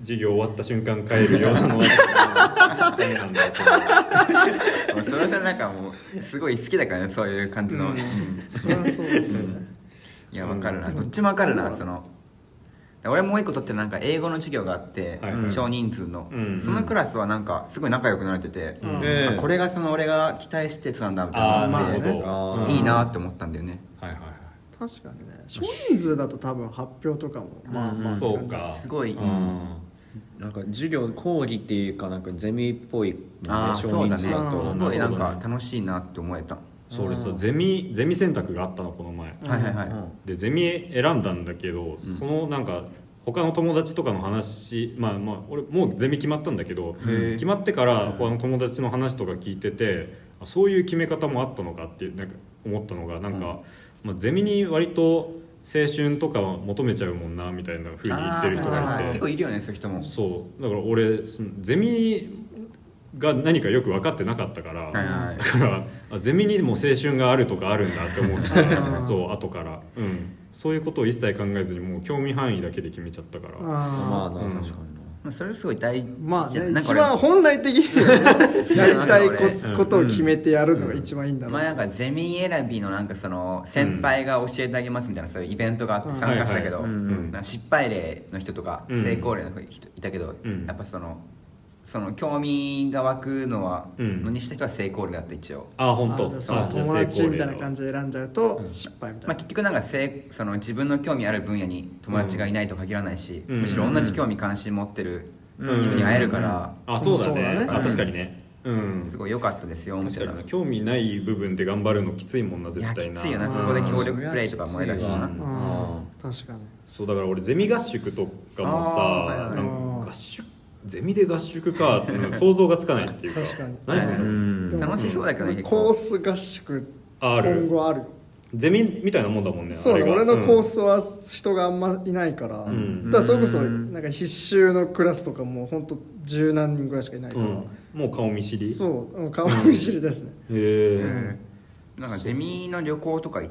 Speaker 2: 授業終わった瞬間帰るようなのはダメなんだよ
Speaker 1: まあそれはそれなんかもうすごい好きだからねそういう感じの、
Speaker 3: うん
Speaker 1: うん
Speaker 3: そりゃそうですよね
Speaker 1: いやわかるな、どっちもわかるなその俺もう一個取ってるなんか英語の授業があって、
Speaker 2: はい
Speaker 1: 少人数の、
Speaker 2: うん
Speaker 1: そのクラスはなんかすごい仲良くなれてて、
Speaker 2: うん
Speaker 4: え
Speaker 1: あこれがその俺が期待してたんだみたい
Speaker 2: ああ
Speaker 1: な
Speaker 2: なる
Speaker 1: の
Speaker 2: ほ
Speaker 1: で、
Speaker 2: ど、
Speaker 4: あー
Speaker 1: いいなって思ったんだよね
Speaker 2: はいはいはい
Speaker 3: 確かにね少人数だと多分発表とかもまあまあ
Speaker 2: そうか
Speaker 1: すごい
Speaker 2: うん
Speaker 4: なんか授業講義っていうかなんかゼミっぽい
Speaker 1: ああそ
Speaker 4: 少
Speaker 1: うだ
Speaker 4: 人
Speaker 1: ねす
Speaker 4: 数だ
Speaker 3: あー
Speaker 4: と
Speaker 1: ごいなんか楽しいなって思えた、
Speaker 2: そう俺さゼミゼミ選択があったのこの前
Speaker 1: はいはいはい、
Speaker 2: でゼミ選んだんだけど、そのなんか他の友達とかの話まあまあ俺もうゼミ決まったんだけど
Speaker 1: へえ
Speaker 2: 決まってから他の友達の話とか聞いててあそういう決め方もあったのかっていうなんか思ったのがなんか、まあ、ゼミに割と青春とかは求めちゃうもんなみたいなふうに言ってる人
Speaker 1: あー
Speaker 2: が
Speaker 1: はい
Speaker 2: い
Speaker 1: はい
Speaker 2: て
Speaker 1: 結構いるよねそういう人も
Speaker 2: そうだから俺そのゼミが何かよく分かってなかったから、
Speaker 1: いはい
Speaker 2: だからあゼミにも青春があるとかあるんだって思ってそう後から、うん、そういうことを一切考えずにもう興味範囲だけで決めちゃったから
Speaker 4: まあ
Speaker 3: あー
Speaker 4: な
Speaker 2: うん
Speaker 4: 確かにな
Speaker 1: まあそれすごい大事
Speaker 3: まあ
Speaker 1: じゃ
Speaker 3: ね
Speaker 1: んなんか
Speaker 3: 一
Speaker 1: 俺
Speaker 3: 番本来的にやりたいこ
Speaker 1: うん
Speaker 3: ことを決めてやるのが一番いいんだろう
Speaker 1: 前なんかゼミ選びのなんかその先輩が教えてあげますみたいなそういうイベントがあって参加したけど
Speaker 2: うん
Speaker 4: はいはいうんうん
Speaker 1: なんか失敗例の人とか
Speaker 2: うん
Speaker 1: 成功例の人いたけど
Speaker 2: うん
Speaker 1: やっぱそのその興味が湧くのは
Speaker 2: うん
Speaker 1: のにした人は成功例だった一応
Speaker 2: あ本当
Speaker 3: あーそう友達みたいな感じで選んじゃうと
Speaker 2: うん
Speaker 3: 失敗みたい
Speaker 1: まあ
Speaker 3: な
Speaker 1: 結局なんかせいその自分の興味ある分野に友達がいないと限らないし
Speaker 2: うん
Speaker 1: むしろ同じ興味関心持ってる人に会えるから
Speaker 2: あそうだね,、
Speaker 3: そうだね
Speaker 2: あ確かにねうん
Speaker 1: すごい良かったですよ面
Speaker 2: 確か
Speaker 1: 白い
Speaker 2: にな興味ない部分で頑張るのきついもんない絶
Speaker 1: や
Speaker 2: 対
Speaker 1: き
Speaker 2: な
Speaker 1: ついよ
Speaker 3: う
Speaker 1: なんそこで協力プレイとかもえだし
Speaker 4: う
Speaker 1: なん
Speaker 3: あー確かに
Speaker 2: そうだから俺ゼミ合宿とかもさ、
Speaker 1: あーはいはい
Speaker 2: なんか合宿ゼミで合宿かってなんか想像がつかないっていうか
Speaker 3: 確かに
Speaker 2: 何その、
Speaker 4: うん
Speaker 1: 楽しそうだけどね結
Speaker 3: コー
Speaker 1: 構
Speaker 3: ス合宿
Speaker 2: ある
Speaker 3: 今後あるよ
Speaker 2: ゼミみたいなもんだもんね
Speaker 3: そう
Speaker 2: あ
Speaker 3: だ
Speaker 2: れが
Speaker 3: 俺のコースは人があんまいないから、
Speaker 2: ん
Speaker 3: だからそれこそなんか必修のクラスとかも本当十何人ぐらいしかいないか
Speaker 2: う
Speaker 3: ら、
Speaker 2: ん、もう顔見知りへ
Speaker 3: そううん顔見知りですね、
Speaker 2: え
Speaker 1: なんかゼミの旅行とかい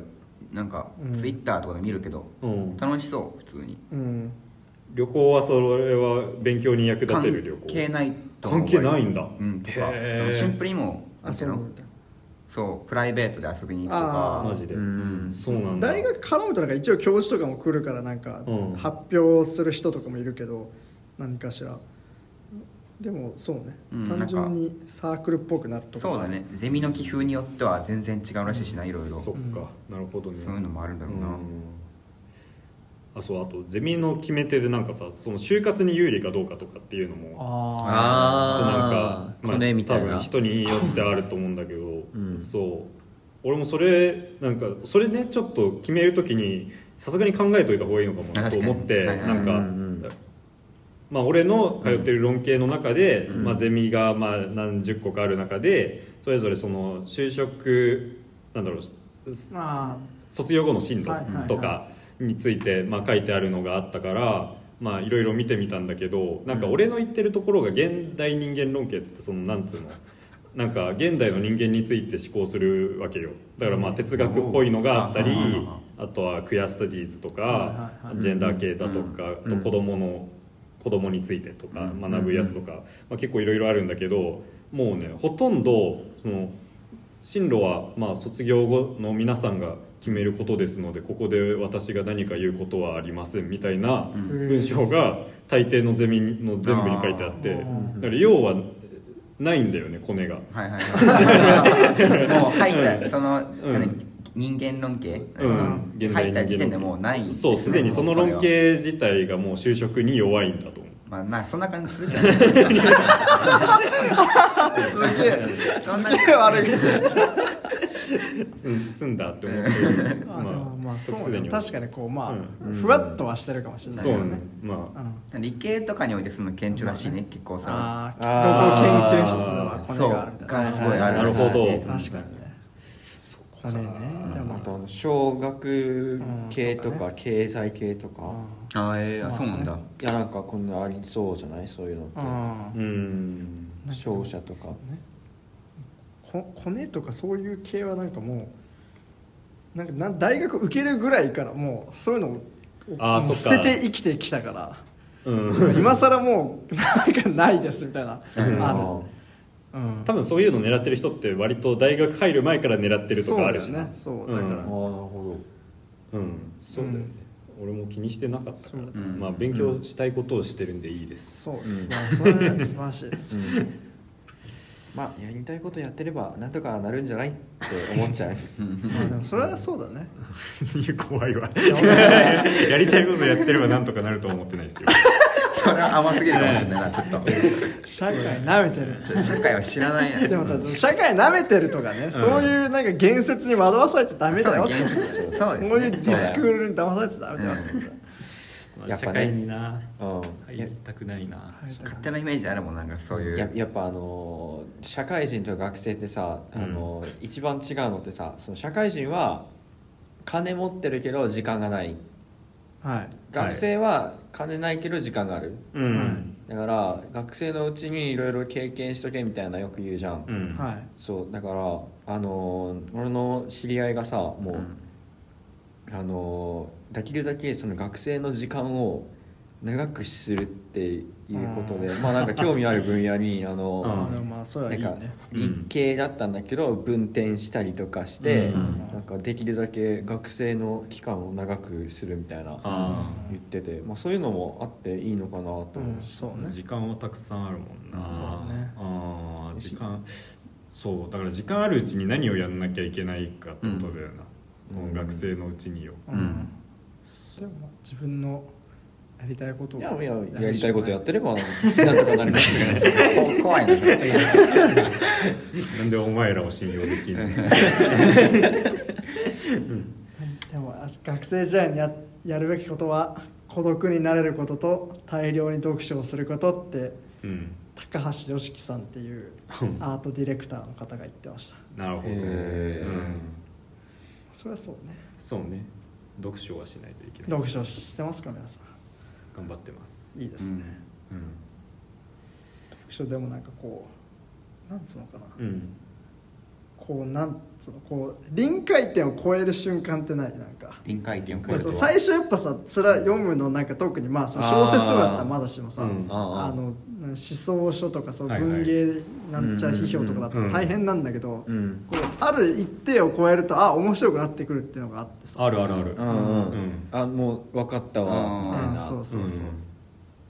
Speaker 1: なんか
Speaker 3: うん
Speaker 1: ツイッターとかで見るけど
Speaker 2: うん、
Speaker 1: 楽しそう普通に
Speaker 3: うん、
Speaker 2: 旅行はそれは勉強に役立てる旅行
Speaker 1: 関係ないと思う
Speaker 2: 関係ないんだ、
Speaker 1: うんとか
Speaker 2: へー
Speaker 1: そのシンプルにもなんてい
Speaker 3: 遊
Speaker 1: う
Speaker 3: ぶ
Speaker 1: の
Speaker 3: みたい
Speaker 1: そうプライベートで遊びに行くと
Speaker 3: あ
Speaker 1: か
Speaker 2: マジで、
Speaker 4: うん
Speaker 2: そうな
Speaker 3: なん
Speaker 2: だ
Speaker 3: 大学絡むとなんか一応教授とかも来るからなんか
Speaker 2: うん
Speaker 3: 発表する人とかもいるけど何かしらでもそうね、
Speaker 1: うん
Speaker 3: 単純にサークルっぽくなるとか
Speaker 1: そうだねゼミの気風によっては全然違うらしいしないろいろ
Speaker 2: そっか、なるほどね
Speaker 1: そういうのもあるんだろうな
Speaker 2: あそうあとゼミの決め手でなんかさその就活に有利かどうかとかっていうのも
Speaker 3: あ
Speaker 2: そうなん
Speaker 4: あ
Speaker 2: か
Speaker 4: あ、、コネみたい
Speaker 2: 多
Speaker 4: な
Speaker 2: 分人によってあると思うんだけど、
Speaker 4: うん
Speaker 2: そう俺もそれなんかそれねちょっと決める時にさすがに考えといた方がいいのかもな
Speaker 1: 確
Speaker 2: と
Speaker 1: かに
Speaker 2: 思って、
Speaker 1: はいはい
Speaker 2: なんか、
Speaker 4: うんうん
Speaker 2: まあ、俺の通ってる論系の中で、
Speaker 1: うん
Speaker 2: まあ、ゼミがまあ何十個かある中でそれぞれその就職なんだろう
Speaker 3: ーま
Speaker 2: 卒業後の進路
Speaker 3: はいはいはい
Speaker 2: とかについてまあ書いてあるのがあったからまあいろいろ見てみたんだけどなんか俺の言ってるところが現代人間論系っつってそのなんつうのなんか現代の人間について思考するわけよだからまあ哲学っぽいのがあったり
Speaker 1: うん
Speaker 2: あとはクエアスタディーズと
Speaker 3: は
Speaker 2: か
Speaker 3: いはいはい
Speaker 2: ジェンダー系だとかあ
Speaker 4: う
Speaker 2: と
Speaker 4: ん
Speaker 2: 子どもの子供についてとか学ぶやつとか、まあ、結構いろいろあるんだけどもうねほとんどその進路はまあ卒業後の皆さんが決めることですのでここで私が何か言うことはありませんみたいな
Speaker 1: うん
Speaker 2: 文章が大抵のゼミの全部に書いてあって
Speaker 3: あー
Speaker 2: だから要はないんだよねコネが。
Speaker 1: はいはい はいもう入ったその、
Speaker 2: ん
Speaker 1: 何人間論系、
Speaker 2: うん
Speaker 1: その入った時点でもうない
Speaker 2: そうすでにその論型自体がもう就職に弱いんだと思う
Speaker 1: まあなそんな感じするじゃん
Speaker 3: すげえ
Speaker 1: そん
Speaker 3: す
Speaker 1: な
Speaker 3: げえ悪口
Speaker 2: 積ん積んだって思って る
Speaker 3: まあでもまあそうね確かにこうまあ、
Speaker 4: うん
Speaker 3: ふわっとはしてるかもしれないけ
Speaker 2: そう
Speaker 3: ど
Speaker 2: な
Speaker 3: ね
Speaker 2: のまあ
Speaker 3: うん
Speaker 1: 理系とかにおいてその顕著らしいね結構さ
Speaker 3: あ
Speaker 4: あ
Speaker 3: あ
Speaker 4: ー
Speaker 3: 研究室はコネがあるみた
Speaker 1: そう
Speaker 3: い
Speaker 1: が
Speaker 3: な
Speaker 1: すごいあ
Speaker 2: るらしいね
Speaker 3: 確かにねコネねで
Speaker 4: あ
Speaker 3: も
Speaker 4: と小学系とか経済系とか、
Speaker 1: あーえーあそうなんだ
Speaker 4: いやなんかこんなありそうじゃないそういう
Speaker 3: う
Speaker 4: のっ
Speaker 3: ん
Speaker 2: うん
Speaker 4: て商社とか
Speaker 3: ねこコネとかそういう系はなんかもうなんかな大学受けるぐらいからもうそういうのを
Speaker 2: あー
Speaker 3: もう
Speaker 2: そ
Speaker 3: 捨
Speaker 2: っか
Speaker 3: てて生きてきたから
Speaker 2: うん
Speaker 3: 今更もうなんかないですみたいな、
Speaker 2: うん
Speaker 3: あ
Speaker 4: あ
Speaker 3: るうん
Speaker 2: 多分そういうの狙ってる人って割と大学入る前から狙ってるとかあるしな
Speaker 3: そうだよねそうだ
Speaker 4: あああなるほ
Speaker 2: うんそうだよね俺も気にしてなかったから
Speaker 3: そう
Speaker 1: だね
Speaker 2: まあ勉強したいことをしてるんでいいです
Speaker 3: そう
Speaker 4: うん
Speaker 3: す、まあそれは素晴らしいです
Speaker 4: ど、うん、まあやりたいことやってればなんとかなるんじゃないって思っちゃう
Speaker 3: まあでもそれはそうだね
Speaker 2: いや怖いわやりたいことやってればなんとかなるとは思ってないですよ
Speaker 1: それは甘すぎるかもしれないなちょっ と
Speaker 3: 社会舐めてる
Speaker 1: ちょ社会は知らないな
Speaker 3: でもさ社会舐めてるとかね、そういうなんか言説に惑わされちゃダメだよ
Speaker 1: そうだ言説そうですね
Speaker 3: そういうディスクールに騙されちゃダメだよ、
Speaker 4: やっぱね
Speaker 2: 社会にな
Speaker 4: うん
Speaker 2: 入りたくないな
Speaker 1: 勝手なイメージあるもんなんかそうい
Speaker 4: や
Speaker 1: う
Speaker 4: やっぱあのー社会人と学生ってさ、あのー一番違うのってさその社会人は金持ってるけど時間がない
Speaker 3: はい
Speaker 4: 学生は金ないけど時間がある、
Speaker 2: うん
Speaker 4: だから学生のうちにいろいろ経験しとけみたいなよく言うじゃん、
Speaker 2: うん
Speaker 3: はい
Speaker 4: そうだからあのー俺の知り合いがさもう、あのーできるだけその学生の時間を長くするっていうことで、まあなんか興味ある分野にあのー
Speaker 2: うん
Speaker 3: あでもまあそれはいい
Speaker 4: なんか
Speaker 3: ね
Speaker 2: うん
Speaker 4: 日系だったんだけど分転したりとかして、
Speaker 2: うん
Speaker 4: なんかできるだけ学生の期間を長くするみたいな
Speaker 2: あ
Speaker 4: 言ってて、まあ、そういうのもあっていいのかなと思
Speaker 3: う
Speaker 4: うんし、
Speaker 3: そうね
Speaker 2: 時間はたくさんあるもんな
Speaker 3: そうね
Speaker 2: あー時間そうだから時間あるうちに何をやんなきゃいけないかってことだよな、この学生のうちによ、
Speaker 1: うん
Speaker 3: でもまあ自分のやりたいことを
Speaker 4: いやいややりたいことやっ
Speaker 3: って
Speaker 4: ればなんとかなるかもしれない
Speaker 1: こ怖いな
Speaker 2: なんでお前らを信用できんの
Speaker 3: でもあ学生時代にややるべきことは孤独になれることと大量に読書をすることって
Speaker 2: うん
Speaker 3: 高橋良樹さんっていうアートディレクターの方が言ってました
Speaker 2: なるほど、
Speaker 4: へー
Speaker 2: うん、
Speaker 3: それはそうね
Speaker 2: そうね読書はしないといけないで
Speaker 3: 読
Speaker 2: す
Speaker 3: 書してますか皆さ
Speaker 2: 頑張ってます、
Speaker 3: んいいですね、
Speaker 2: うん
Speaker 3: 読書でもなんかこうなんつうのかな、
Speaker 2: うん、
Speaker 3: こうなんつうのこう臨界点を超える瞬間ってないなんか
Speaker 1: 臨界点を
Speaker 3: まあそう
Speaker 1: は
Speaker 3: 最初やっぱさつら読むのなんか特にまあその小説とかだったらまだしもさ
Speaker 2: あ
Speaker 3: あ
Speaker 2: ーうん
Speaker 4: あー
Speaker 3: の思想書とかそう
Speaker 2: はいはい
Speaker 3: 文芸なんちゃら批評とかだったら大変なんだけど、
Speaker 4: うん
Speaker 3: こうある一定を超えるとあ面白くなってくるっていうのがあってさ
Speaker 2: あるあるある
Speaker 4: うんうん
Speaker 2: うん
Speaker 4: あもう分かったわみたい
Speaker 3: うん
Speaker 4: な
Speaker 3: そうそうそう、
Speaker 2: ん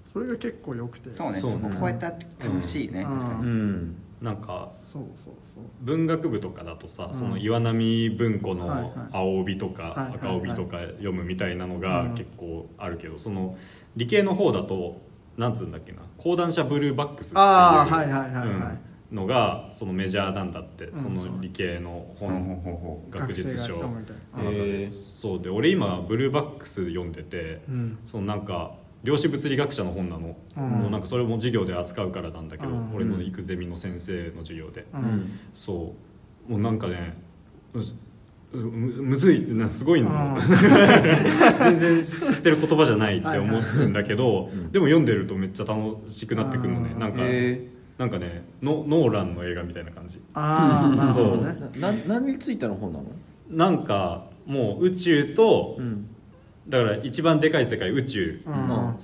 Speaker 3: それが結構良くて
Speaker 1: そうね
Speaker 2: そう
Speaker 1: そこ超えたら楽しいね
Speaker 3: うん
Speaker 1: 確か
Speaker 4: う
Speaker 1: に
Speaker 4: ん
Speaker 2: なんか
Speaker 3: そうそうそう
Speaker 2: 文学部とかだとさ、
Speaker 3: うん
Speaker 2: その岩波文庫
Speaker 3: はいはい
Speaker 2: の青帯と
Speaker 3: はいはい
Speaker 2: か
Speaker 3: はい
Speaker 2: 赤帯とか読むみたいなの
Speaker 3: う
Speaker 2: が
Speaker 3: ん
Speaker 2: 結構あるけど、その理系の方だとなんつうんだっけな講談社ブルーバックスっていう
Speaker 3: あーはいはいはいはい
Speaker 2: うんのがそのメジャーなんだって、
Speaker 3: ん
Speaker 2: その理系の本、
Speaker 1: ほうほ
Speaker 2: 学術書
Speaker 3: 学生が読むみた
Speaker 2: の
Speaker 3: い
Speaker 2: 中で
Speaker 4: へー
Speaker 2: そうで俺今ブルーバックス読んでて、
Speaker 3: うん
Speaker 2: そのなんか量子物理学者の本なの、
Speaker 3: うん
Speaker 2: もうなんかそれも授業で扱うからなんだけど、
Speaker 3: うん
Speaker 2: 俺の行くゼミの先生の授業で。
Speaker 3: うん
Speaker 4: うん
Speaker 2: そうもうなんかねむずむむずいなすごいの 全然知ってる言葉じゃないって思うんだけどでも読んでるとめっちゃ楽しくなってくるのね
Speaker 3: あー
Speaker 2: なんか、
Speaker 4: へ
Speaker 2: なんかねノノーランの映画みたいな感じ
Speaker 3: ああなるほど
Speaker 2: そう
Speaker 3: ね
Speaker 4: ーなな何についての本なの、
Speaker 2: なんかもう宇宙と
Speaker 4: うん
Speaker 2: だから一番でかい世界宇宙
Speaker 3: うん
Speaker 4: うん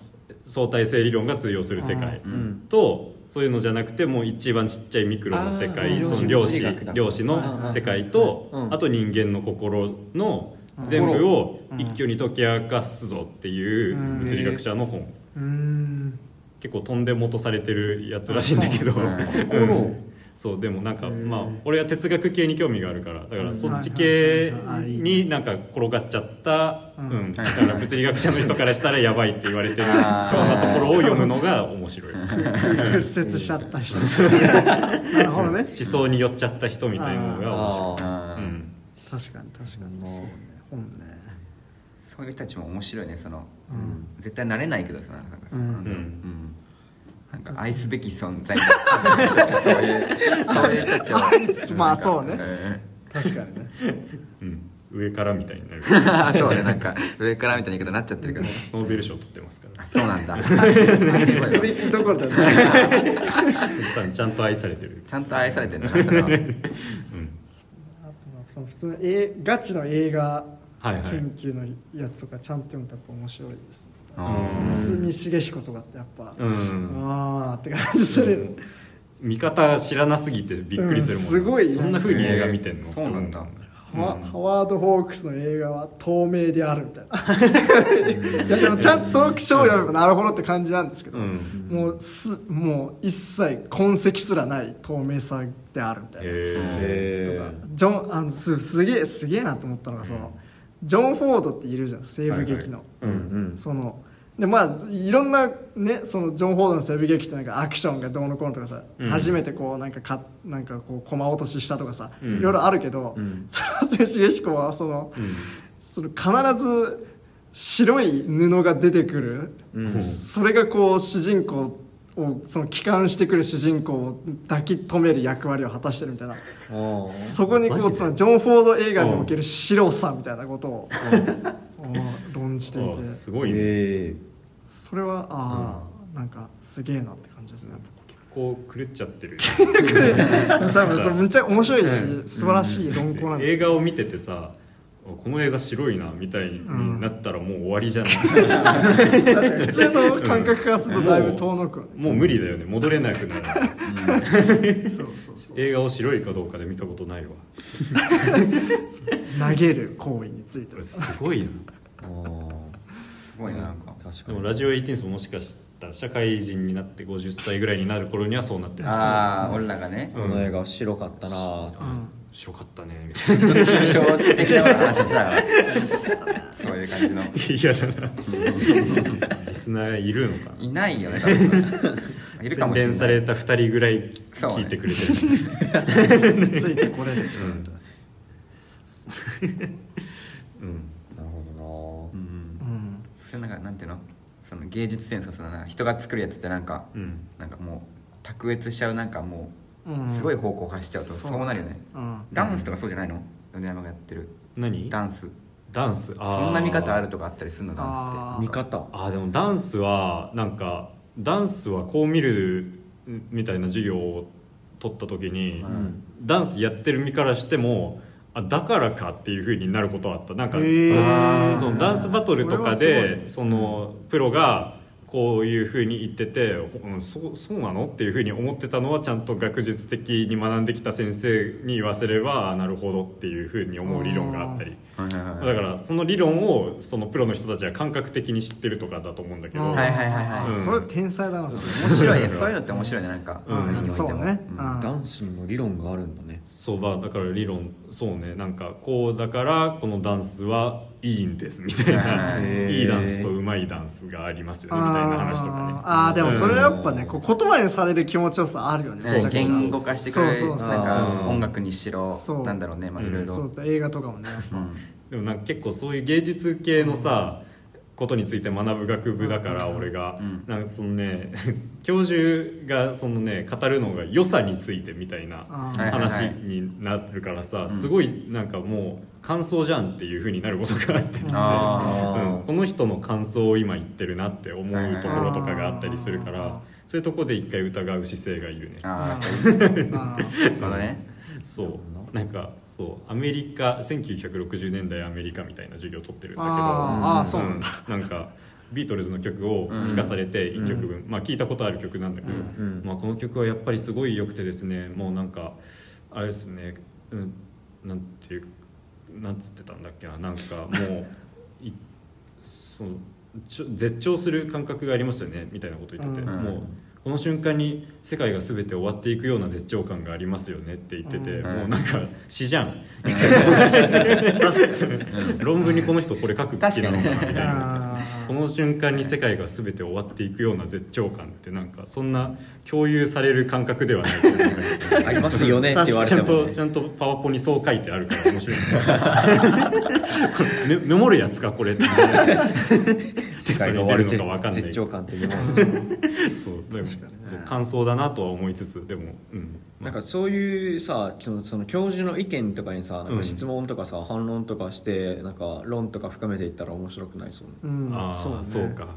Speaker 2: 相対性理論が通用する世界
Speaker 4: う
Speaker 1: うん
Speaker 4: ん
Speaker 2: とそういうのじゃなくてもう一番ちっちゃいミクロの世
Speaker 4: あ
Speaker 2: 界
Speaker 4: ー
Speaker 2: その量
Speaker 4: 量子
Speaker 2: 子
Speaker 4: 力学だ
Speaker 2: 量子の世界と
Speaker 4: うん
Speaker 2: あと人間の心の
Speaker 3: うん
Speaker 2: 全部を
Speaker 3: うん
Speaker 2: 一挙に解き明かすぞっていう
Speaker 3: うん
Speaker 2: 物理学者の本
Speaker 3: うーん
Speaker 2: 結構飛んで元されてるやつらしいんだけど
Speaker 1: あそうなんだ
Speaker 2: うん
Speaker 4: 心を
Speaker 2: そうでもなんか
Speaker 3: へー
Speaker 2: まあ俺は哲学系に興味があるからだか
Speaker 3: う
Speaker 2: ら
Speaker 3: ん
Speaker 2: そっち系
Speaker 3: はいはいはいはいあいいね
Speaker 2: になんか転がっちゃった
Speaker 3: うん
Speaker 2: うんだから物理学者の人からしたらやばいって言われてるよう
Speaker 1: あー
Speaker 2: なところを読むのが面白い。
Speaker 3: 屈折しちゃった人 なるほどね
Speaker 2: 思想に寄っちゃった人みたいなのが面白
Speaker 1: あ
Speaker 2: い、う
Speaker 1: ー
Speaker 2: ん、
Speaker 3: 確かに確かにそうね本ね
Speaker 1: そういう人たちも面白いねその、
Speaker 3: うん
Speaker 1: 絶対なれないけどさなんかさ、
Speaker 3: う
Speaker 1: う
Speaker 3: ん
Speaker 1: んなんか愛すべき存在そういうそういう人たちをなんか
Speaker 3: まあそうね
Speaker 1: ん
Speaker 3: 確かにね
Speaker 2: うん、上からみたいに なる
Speaker 1: あーそうねなんか上からみたいな言い方になっちゃってるけど
Speaker 2: ノーベル賞取ってますから
Speaker 1: あそうなんだ
Speaker 3: それどころだね
Speaker 2: 多分ちゃんと愛されてる
Speaker 1: ちゃんと愛されてるなそれは
Speaker 3: あとまあその普通のえガチの映画
Speaker 2: はいはい
Speaker 3: 研究のやつとかちゃんと読むとやっぱ面白いですね
Speaker 1: あ
Speaker 2: ー
Speaker 3: その住重彦とかってやっぱ
Speaker 2: うん、
Speaker 3: ああって感じするよね
Speaker 2: 見方知らなすぎてびっくりするもん、
Speaker 3: うんすごいね
Speaker 2: そんなふうに映画見てん
Speaker 1: へ
Speaker 2: の、
Speaker 1: ーそうなんだ
Speaker 3: ハワハワード・ホークスの映画は透明であるみたいないやでもちゃんとその気象を読めばなるほどって感じなんですけど、
Speaker 2: うん
Speaker 3: もうすもう一切痕跡すらない透明さであるみたいな
Speaker 2: へえ
Speaker 3: とかジョンあのすすげえすげえなと思ったのがその、ジョン・フォードっているじゃん西部劇の、
Speaker 2: う
Speaker 4: うんん
Speaker 3: そのでまあいろんなねそのジョン・フォードの西部劇ってなんかアクションがどうのこうのとかさ、
Speaker 2: うん
Speaker 3: 初めてこうなんかかなんかこう駒落とししたとかさ、
Speaker 2: うん
Speaker 3: いろいろあるけど、
Speaker 4: うん
Speaker 3: そのそれ重彦はその
Speaker 2: うん
Speaker 3: その必ず白い布が出てくる、
Speaker 4: うん
Speaker 3: それがこう主人公をその帰還してくる主人公を抱き止める役割を果たしてるみたいな
Speaker 4: ああ
Speaker 3: そこに
Speaker 2: マ
Speaker 3: こう
Speaker 2: ジで
Speaker 3: つまりジョン・フォード映画における白さみたいなことをうん論じてい
Speaker 2: あ
Speaker 3: て
Speaker 2: すごいね、
Speaker 4: ええ
Speaker 3: それはああなんかすげえなって感じですね
Speaker 2: こう狂っちゃってる
Speaker 3: 多分それめっちゃ面白いし
Speaker 2: う
Speaker 3: 素晴らしい論考なんです
Speaker 2: 映
Speaker 3: けど
Speaker 2: 画を見ててさこの映画白いなみたいになったらもう終わりじゃ ない、
Speaker 3: 確かに普通の感覚からするとだいぶ遠のくよね
Speaker 2: もう無理だよね戻れなくなる
Speaker 3: そうそうそう
Speaker 2: 映画を白いかどうかで見たことないわ
Speaker 3: 投げる行為についてです
Speaker 2: すごいな
Speaker 4: ああ
Speaker 1: すごいななんか
Speaker 4: 確か
Speaker 2: で
Speaker 4: に
Speaker 2: もラジオ18スもしかしたら社会人になって50歳ぐらいになる頃にはそうなってる
Speaker 1: ああ俺らがね
Speaker 4: この映画は白かったなあ
Speaker 3: うん
Speaker 2: 白かったねみた いな
Speaker 1: 抽象的な話してたから そういう感じの
Speaker 2: 嫌だなリスナーいるのかない
Speaker 1: ないよね多分いるかもしれ
Speaker 2: 洗練
Speaker 1: な
Speaker 2: さ
Speaker 1: い
Speaker 2: れた2人ぐらい
Speaker 1: そうね
Speaker 2: 聞いてくれてる、
Speaker 3: ついてこれる人
Speaker 1: う
Speaker 2: うん
Speaker 4: なるほどなん
Speaker 3: うん
Speaker 1: それなんかなんていうのその芸術センスそのなんか人が作るやつってなんか、
Speaker 2: うん
Speaker 1: なんかもう卓越しちゃうなんかも
Speaker 3: うん
Speaker 1: うすごい方向走っちゃうと
Speaker 3: そう
Speaker 1: そうなるよね、
Speaker 3: うん
Speaker 1: ダンスとかそうじゃないの米山がやってる
Speaker 2: 何
Speaker 1: ダンス
Speaker 2: ダンスあー
Speaker 1: そんな見方あるとかあったりするのダンス
Speaker 3: あ
Speaker 1: っ
Speaker 3: ー
Speaker 4: 見方
Speaker 2: あーでもダンスはなんかダンスはこう見るみたいな授業を取った時に、
Speaker 4: ん
Speaker 2: ダンスやってる身からしてもあだからかっていう風になることはあったなんか、
Speaker 3: へー
Speaker 2: そのダンスバトルとか
Speaker 3: それはすごい
Speaker 2: でそのプロがこういう風に言ってて、うん、そうそうなのっていう風に思ってたのはちゃんと学術的に学んできた先生に言わせればあなるほどっていう風に思う理論があったり。
Speaker 1: て、はいはい
Speaker 2: だからその理論をそのプロの人たちは感覚的に知ってるとかだと思うんだけど、
Speaker 3: うん
Speaker 1: はいはいはいはい
Speaker 2: うん
Speaker 3: それ天才だな面
Speaker 1: 面白いねそういうのって面白いねなんか、
Speaker 2: うん
Speaker 1: 何においても
Speaker 3: そうね
Speaker 1: ん
Speaker 3: うん
Speaker 4: ダンスにも理論があるんだね
Speaker 2: そうだだから理論そうねなんかこうだからこのダンスはいいんですみたいな
Speaker 1: へ
Speaker 4: ー
Speaker 2: いいダンスとうまいダンスがありますよねみたいな話とかね
Speaker 3: あーあーでもそれはやっぱね、
Speaker 4: うん
Speaker 3: こう言葉にされる気持ちよさあるよね
Speaker 1: ね
Speaker 2: そうそう
Speaker 1: 言語化してくれる
Speaker 3: そうそうそう
Speaker 1: なん
Speaker 2: うん
Speaker 1: か音楽にしろ
Speaker 3: そう
Speaker 1: なんだろうねまあいろいろ、
Speaker 3: そうだ映画とかもねやっぱ
Speaker 1: うん
Speaker 2: でもなんか結構そういう芸術系のさ、ことについて学ぶ学部だから俺が、
Speaker 1: うん
Speaker 2: なんかそのね 教授がそのね語るのが良さについてみたいな
Speaker 3: あー
Speaker 1: はい
Speaker 2: 話になるからさ、すごいなんかもう感想じゃんっていう風になることがあったりして、
Speaker 1: あ
Speaker 2: うん、この人の感想を今言ってるなって思うところとかがあったりするか
Speaker 3: あー
Speaker 2: らそういうところで一回疑う姿勢がいるね
Speaker 1: あ
Speaker 3: あ
Speaker 1: ー
Speaker 3: ーあー
Speaker 1: なるほどね
Speaker 2: そうなんかそうアメリカ1960年代アメリカみたいな授業を取ってるんだけど
Speaker 3: あーあーそうなん
Speaker 2: なんかビートルズの曲を聴かされて1曲分、まあ聞いたことある曲なんだけど、
Speaker 4: うん
Speaker 2: まあ、この曲はやっぱりすごい良くてですねもうなんかあれですね、うん、なんていうなんつってたんだっけななんかもういそのちょ絶頂する感覚がありますよねみたいなこと言ってて、
Speaker 1: うん
Speaker 2: もうこの瞬間に世界が全て終わっていくような絶頂感がありますよねって言ってて、
Speaker 3: うん
Speaker 2: もうなんか詩じゃん
Speaker 1: 確かにうん
Speaker 2: 論文にこの人これ書く気なのかなみたい
Speaker 1: 確
Speaker 2: な。
Speaker 3: あ
Speaker 2: この瞬間に世界が全て終わっていくような絶頂感ってなんかそんな共有される感覚ではないと思うんだけど
Speaker 4: ありますよねって言われ
Speaker 2: ち
Speaker 4: て
Speaker 2: ゃん
Speaker 4: も
Speaker 2: と
Speaker 4: ね
Speaker 2: ちゃんとパワポにそう書いてあるから面白いねこれメメモるやつかこれって テストに出るのかわかんない
Speaker 4: 絶頂感って言います
Speaker 2: そうでもそう感想だなとは思いつつでもうん
Speaker 4: なんかそういうさそのその教授の意見とかにさなん
Speaker 2: う
Speaker 4: か
Speaker 2: ん
Speaker 4: 質問とかさ、反論とかしてなんか論とか深めていったら面白くないそうね
Speaker 3: ーうん
Speaker 2: ああ
Speaker 3: そう,、
Speaker 2: そう,、
Speaker 3: ね、
Speaker 2: か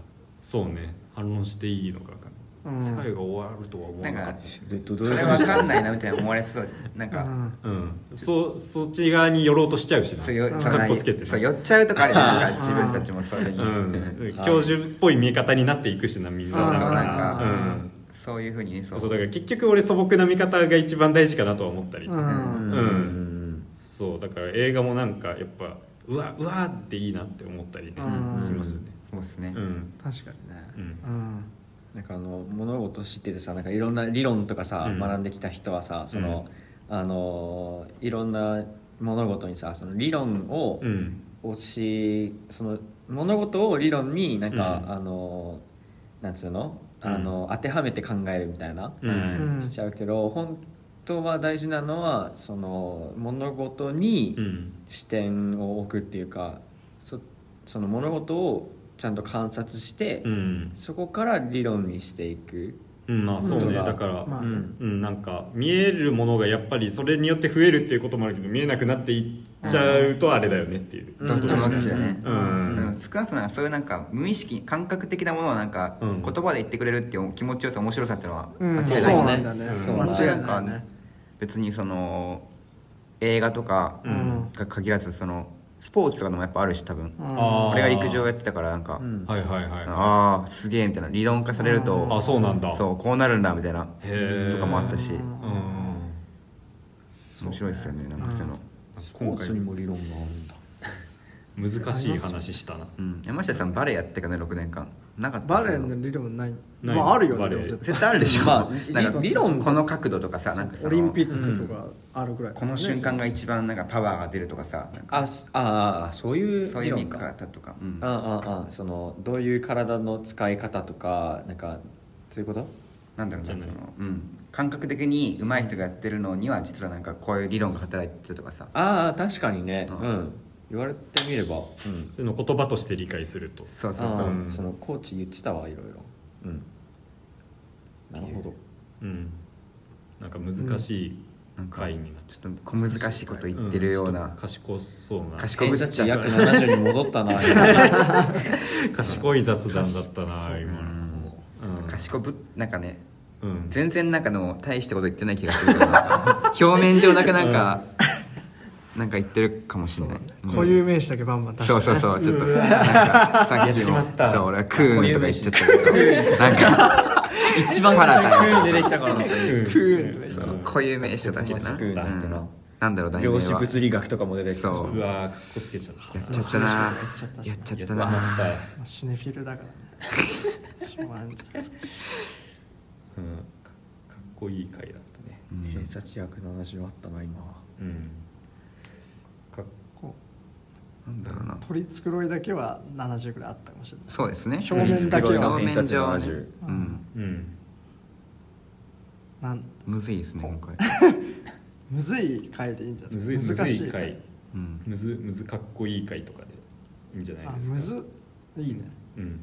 Speaker 2: そうね反論していいのかわかんない、
Speaker 3: うん
Speaker 2: 世界が終わるとは思わ
Speaker 1: なん
Speaker 2: なか
Speaker 1: か
Speaker 2: ったし
Speaker 4: ど
Speaker 1: そ
Speaker 4: どういうこ
Speaker 1: れ
Speaker 4: と
Speaker 1: わかんないなみたいな思われそうなんか、
Speaker 3: うん
Speaker 2: うん、そそっち側に寄ろうとしちゃうしな
Speaker 1: そうよ
Speaker 3: うん
Speaker 1: その
Speaker 2: かっこつけてね
Speaker 1: そう寄っちゃうとかあるよなんか自分たちもそれに、
Speaker 2: うん、教授っぽい見え方になっていくしな水
Speaker 1: そうそう
Speaker 2: はだ
Speaker 1: なん
Speaker 2: から
Speaker 1: か、そういうふうにね
Speaker 2: う
Speaker 1: そ
Speaker 2: ん、
Speaker 1: う
Speaker 2: そうだから結局俺素朴な見方が一番大事かなとは思ったり、
Speaker 3: う
Speaker 4: うんん、
Speaker 2: そうだから映画もなんかやっぱうわうわっていいなって思ったりね、
Speaker 3: うん
Speaker 2: しますよね
Speaker 1: そうですね、
Speaker 2: うん
Speaker 3: 確かにね
Speaker 2: うん
Speaker 3: うん
Speaker 4: なんかあの物事を知っててさなんかいろんな理論とかさ、
Speaker 2: うん
Speaker 4: 学んできた人はさその、あのいろんな物事にさその理論を
Speaker 2: うん
Speaker 4: 推しその物事を理論になんか、
Speaker 2: うん
Speaker 4: あのなんつうの
Speaker 2: うん
Speaker 4: あの、当てはめて考えるみたいな、
Speaker 2: うん
Speaker 3: うん
Speaker 4: しちゃうけど本当は大事なのはその物事に
Speaker 2: うん
Speaker 4: 視点を置くっていうかそその物事をちゃんと観察して、
Speaker 2: うん
Speaker 4: そこから理論にしていく、
Speaker 2: うんまあそう
Speaker 4: 本
Speaker 2: ね
Speaker 4: 当だ
Speaker 2: だから、
Speaker 3: まあ
Speaker 4: うん
Speaker 2: うん、なんか見えるものがやっぱりそれによって増えるっていうこともあるけど見えなくなっていっちゃうとあれだよねっていう、
Speaker 4: うん
Speaker 1: どっちもどっちだね、
Speaker 2: う
Speaker 1: うんん少なくともそういうなんか無意識感覚的なものをなんか
Speaker 2: うん
Speaker 1: 言葉で言ってくれるっていう気持ちよさ面白さっていうのは
Speaker 3: うん
Speaker 1: 間違い
Speaker 3: そ
Speaker 1: な
Speaker 3: う
Speaker 1: いよ
Speaker 3: な
Speaker 1: ね、
Speaker 3: んだね、
Speaker 2: うん
Speaker 3: そう
Speaker 1: 間
Speaker 3: 間
Speaker 1: 違
Speaker 3: 違
Speaker 1: い
Speaker 3: いな
Speaker 1: ないい
Speaker 3: ね
Speaker 1: ね別にその映画とか
Speaker 2: うん
Speaker 1: が限らずそのスポーツとかでもやっぱあるし多分
Speaker 2: あー
Speaker 1: 俺が陸上やってたからなんか、
Speaker 4: うん
Speaker 2: はいはいはい
Speaker 1: ああすげえみたいな理論化される
Speaker 2: あ
Speaker 1: と
Speaker 2: そうなんだ
Speaker 1: そうこうなるんだみたいな
Speaker 2: へー
Speaker 1: とかもあったし
Speaker 3: うん
Speaker 2: うん
Speaker 1: 面白いですよねなんかその、
Speaker 2: 今
Speaker 4: スポー
Speaker 2: 回
Speaker 4: ツにも理論があるんだ
Speaker 2: 難しい話したな
Speaker 1: うん、山下さんバレエやってからね6年間なかった
Speaker 3: バレエ
Speaker 1: そういう
Speaker 3: の
Speaker 1: の
Speaker 3: 理論ない
Speaker 2: ない
Speaker 3: まああるよ
Speaker 2: バ
Speaker 3: ね
Speaker 2: レ
Speaker 3: で
Speaker 2: エ
Speaker 3: も絶
Speaker 1: 絶対あるでしょ、
Speaker 4: まあ
Speaker 1: なんか
Speaker 4: 理論
Speaker 1: この角度とかさなんか
Speaker 3: 対
Speaker 1: その
Speaker 3: オリンピックとかあるぐらい
Speaker 1: こ
Speaker 3: だから
Speaker 1: の
Speaker 3: ね
Speaker 1: 瞬間が一番なんかパワーが出るとかさなんか
Speaker 4: あすあーそういう
Speaker 1: そうい
Speaker 4: 理
Speaker 1: う見
Speaker 4: 論
Speaker 1: 方
Speaker 4: か
Speaker 1: とか、うん
Speaker 4: あああそのどういう体の使い方とかなんかそういうこと
Speaker 1: なんだろうな
Speaker 2: じゃ
Speaker 1: そ
Speaker 2: ない
Speaker 1: の、うん、感覚的に上手い人がやってるのには実はなんかこういう理論が働いてるとかさ
Speaker 4: ああ確かにね
Speaker 1: う
Speaker 4: うんん、言われてみればうん
Speaker 2: そういうの言葉として理解すると
Speaker 1: そうそうそう
Speaker 4: あ
Speaker 2: うん
Speaker 4: ーそのコーチ言ってたわいろいろうんなるほど
Speaker 2: うんなんか難しい
Speaker 1: なんか
Speaker 2: 回になっち
Speaker 1: ちょっと小難しいこと言ってるよう
Speaker 2: ゃう
Speaker 1: な、
Speaker 2: 賢そうな
Speaker 1: 賢
Speaker 4: 偏差値約70に戻ったな
Speaker 2: 賢い雑談だったな今
Speaker 1: うん賢ぶなんかね
Speaker 2: うんうん
Speaker 1: 全然なんかの大したこと言ってない気がするけど表面上だけなんか、なんか言ってるかもしれない、うん
Speaker 3: 固有名詞だけバンバン出して
Speaker 1: そう
Speaker 3: ね
Speaker 1: そうそうちょっとなんかさっ
Speaker 2: やっ
Speaker 1: き
Speaker 2: ちまった
Speaker 1: もそう俺はクーンとか言っちゃったけどなんか
Speaker 4: 一番最初にクーン出てきたからな
Speaker 3: クール
Speaker 1: そう固有名詞を出してな、
Speaker 4: クーンだってな
Speaker 1: うんなんだろう題名
Speaker 4: 量子
Speaker 1: は
Speaker 4: 物理学とかも出てきたし
Speaker 1: そう
Speaker 2: うわーかっこつけちゃった
Speaker 1: やっちゃったな
Speaker 3: や
Speaker 1: や
Speaker 3: っ
Speaker 1: っ
Speaker 3: ち
Speaker 1: ちゃ
Speaker 3: ゃ
Speaker 1: っ
Speaker 2: やっち
Speaker 1: た
Speaker 2: まっ
Speaker 1: な
Speaker 2: た
Speaker 3: まあシネフィルだから ねしょうがないんじゃないですか
Speaker 2: うんかかっこいい回だったね
Speaker 1: うん
Speaker 4: 偏差値約70あったな今
Speaker 2: うんかっ
Speaker 3: こ
Speaker 1: なんだろうな
Speaker 3: う取り繕いだけは70ぐらいあったかもしれない
Speaker 1: そうですね
Speaker 3: 表面だけは
Speaker 1: 表面上はね
Speaker 4: 70
Speaker 1: うん
Speaker 2: うん
Speaker 3: なん
Speaker 1: むずいですね今回
Speaker 3: むずい回でいいんじゃない
Speaker 2: む
Speaker 3: です
Speaker 2: ず
Speaker 3: か
Speaker 2: いむずい
Speaker 3: 回
Speaker 2: 回
Speaker 1: うん
Speaker 2: むずむずかっこいい回とかでいいんじゃない
Speaker 3: あ
Speaker 2: ですか
Speaker 3: むずいいね
Speaker 2: うん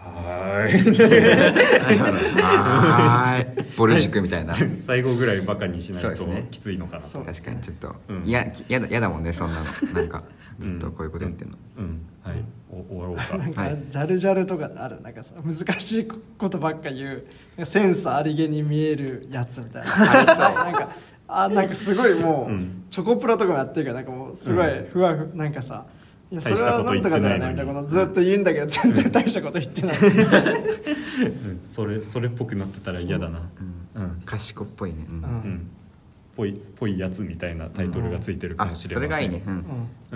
Speaker 2: は ー
Speaker 1: はーいボルジクみたい な確
Speaker 2: い最後ぐらいバカにしな
Speaker 1: そう
Speaker 2: い
Speaker 1: です
Speaker 2: と
Speaker 1: ね
Speaker 2: きついのかな
Speaker 3: そう
Speaker 1: かにちょっと
Speaker 2: うん
Speaker 1: いややだやだもんねそんなのなんか
Speaker 2: う
Speaker 1: ず
Speaker 2: ん
Speaker 1: っとこういうことやってんの
Speaker 2: うんはいお終わろうか
Speaker 3: なんか、
Speaker 1: はい
Speaker 3: ジャルジャルとかあるなんかさ難しいことばっか言うなんかセンスありげに見えるやつみたいななんかあなんかすごいもう、
Speaker 2: うん
Speaker 3: チョコプラとかもやってるからなんかもうすごい
Speaker 2: うん
Speaker 3: ふわふなんかさいやそ
Speaker 2: 大
Speaker 3: れ
Speaker 2: した
Speaker 3: は
Speaker 2: こと
Speaker 3: なん
Speaker 2: 言っ
Speaker 3: とか
Speaker 2: て
Speaker 3: だ
Speaker 2: な
Speaker 3: よ
Speaker 2: い
Speaker 3: ね
Speaker 2: の
Speaker 3: みたいなこ
Speaker 2: に
Speaker 3: とずっと言うんだけど全然大したこと言ってない
Speaker 2: うんそれそれっぽくなってたら嫌だなうん
Speaker 1: 賢っぽいね、うん
Speaker 3: うん
Speaker 2: うんぽいぽいやつみたいなタイトルがついてるか
Speaker 1: あ
Speaker 2: もしれ
Speaker 1: そ
Speaker 2: ませ
Speaker 1: れ
Speaker 2: ん
Speaker 1: がいいね、う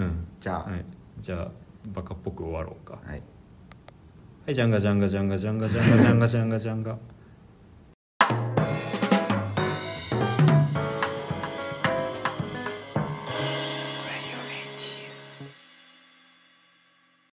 Speaker 1: ん
Speaker 2: うん
Speaker 1: じゃあ、
Speaker 2: はいじゃあバカっぽく終わろうか
Speaker 1: はい
Speaker 2: はい、ジャンガジャンガジャンガジャンガジャンガジャンガジャンガジャンガ。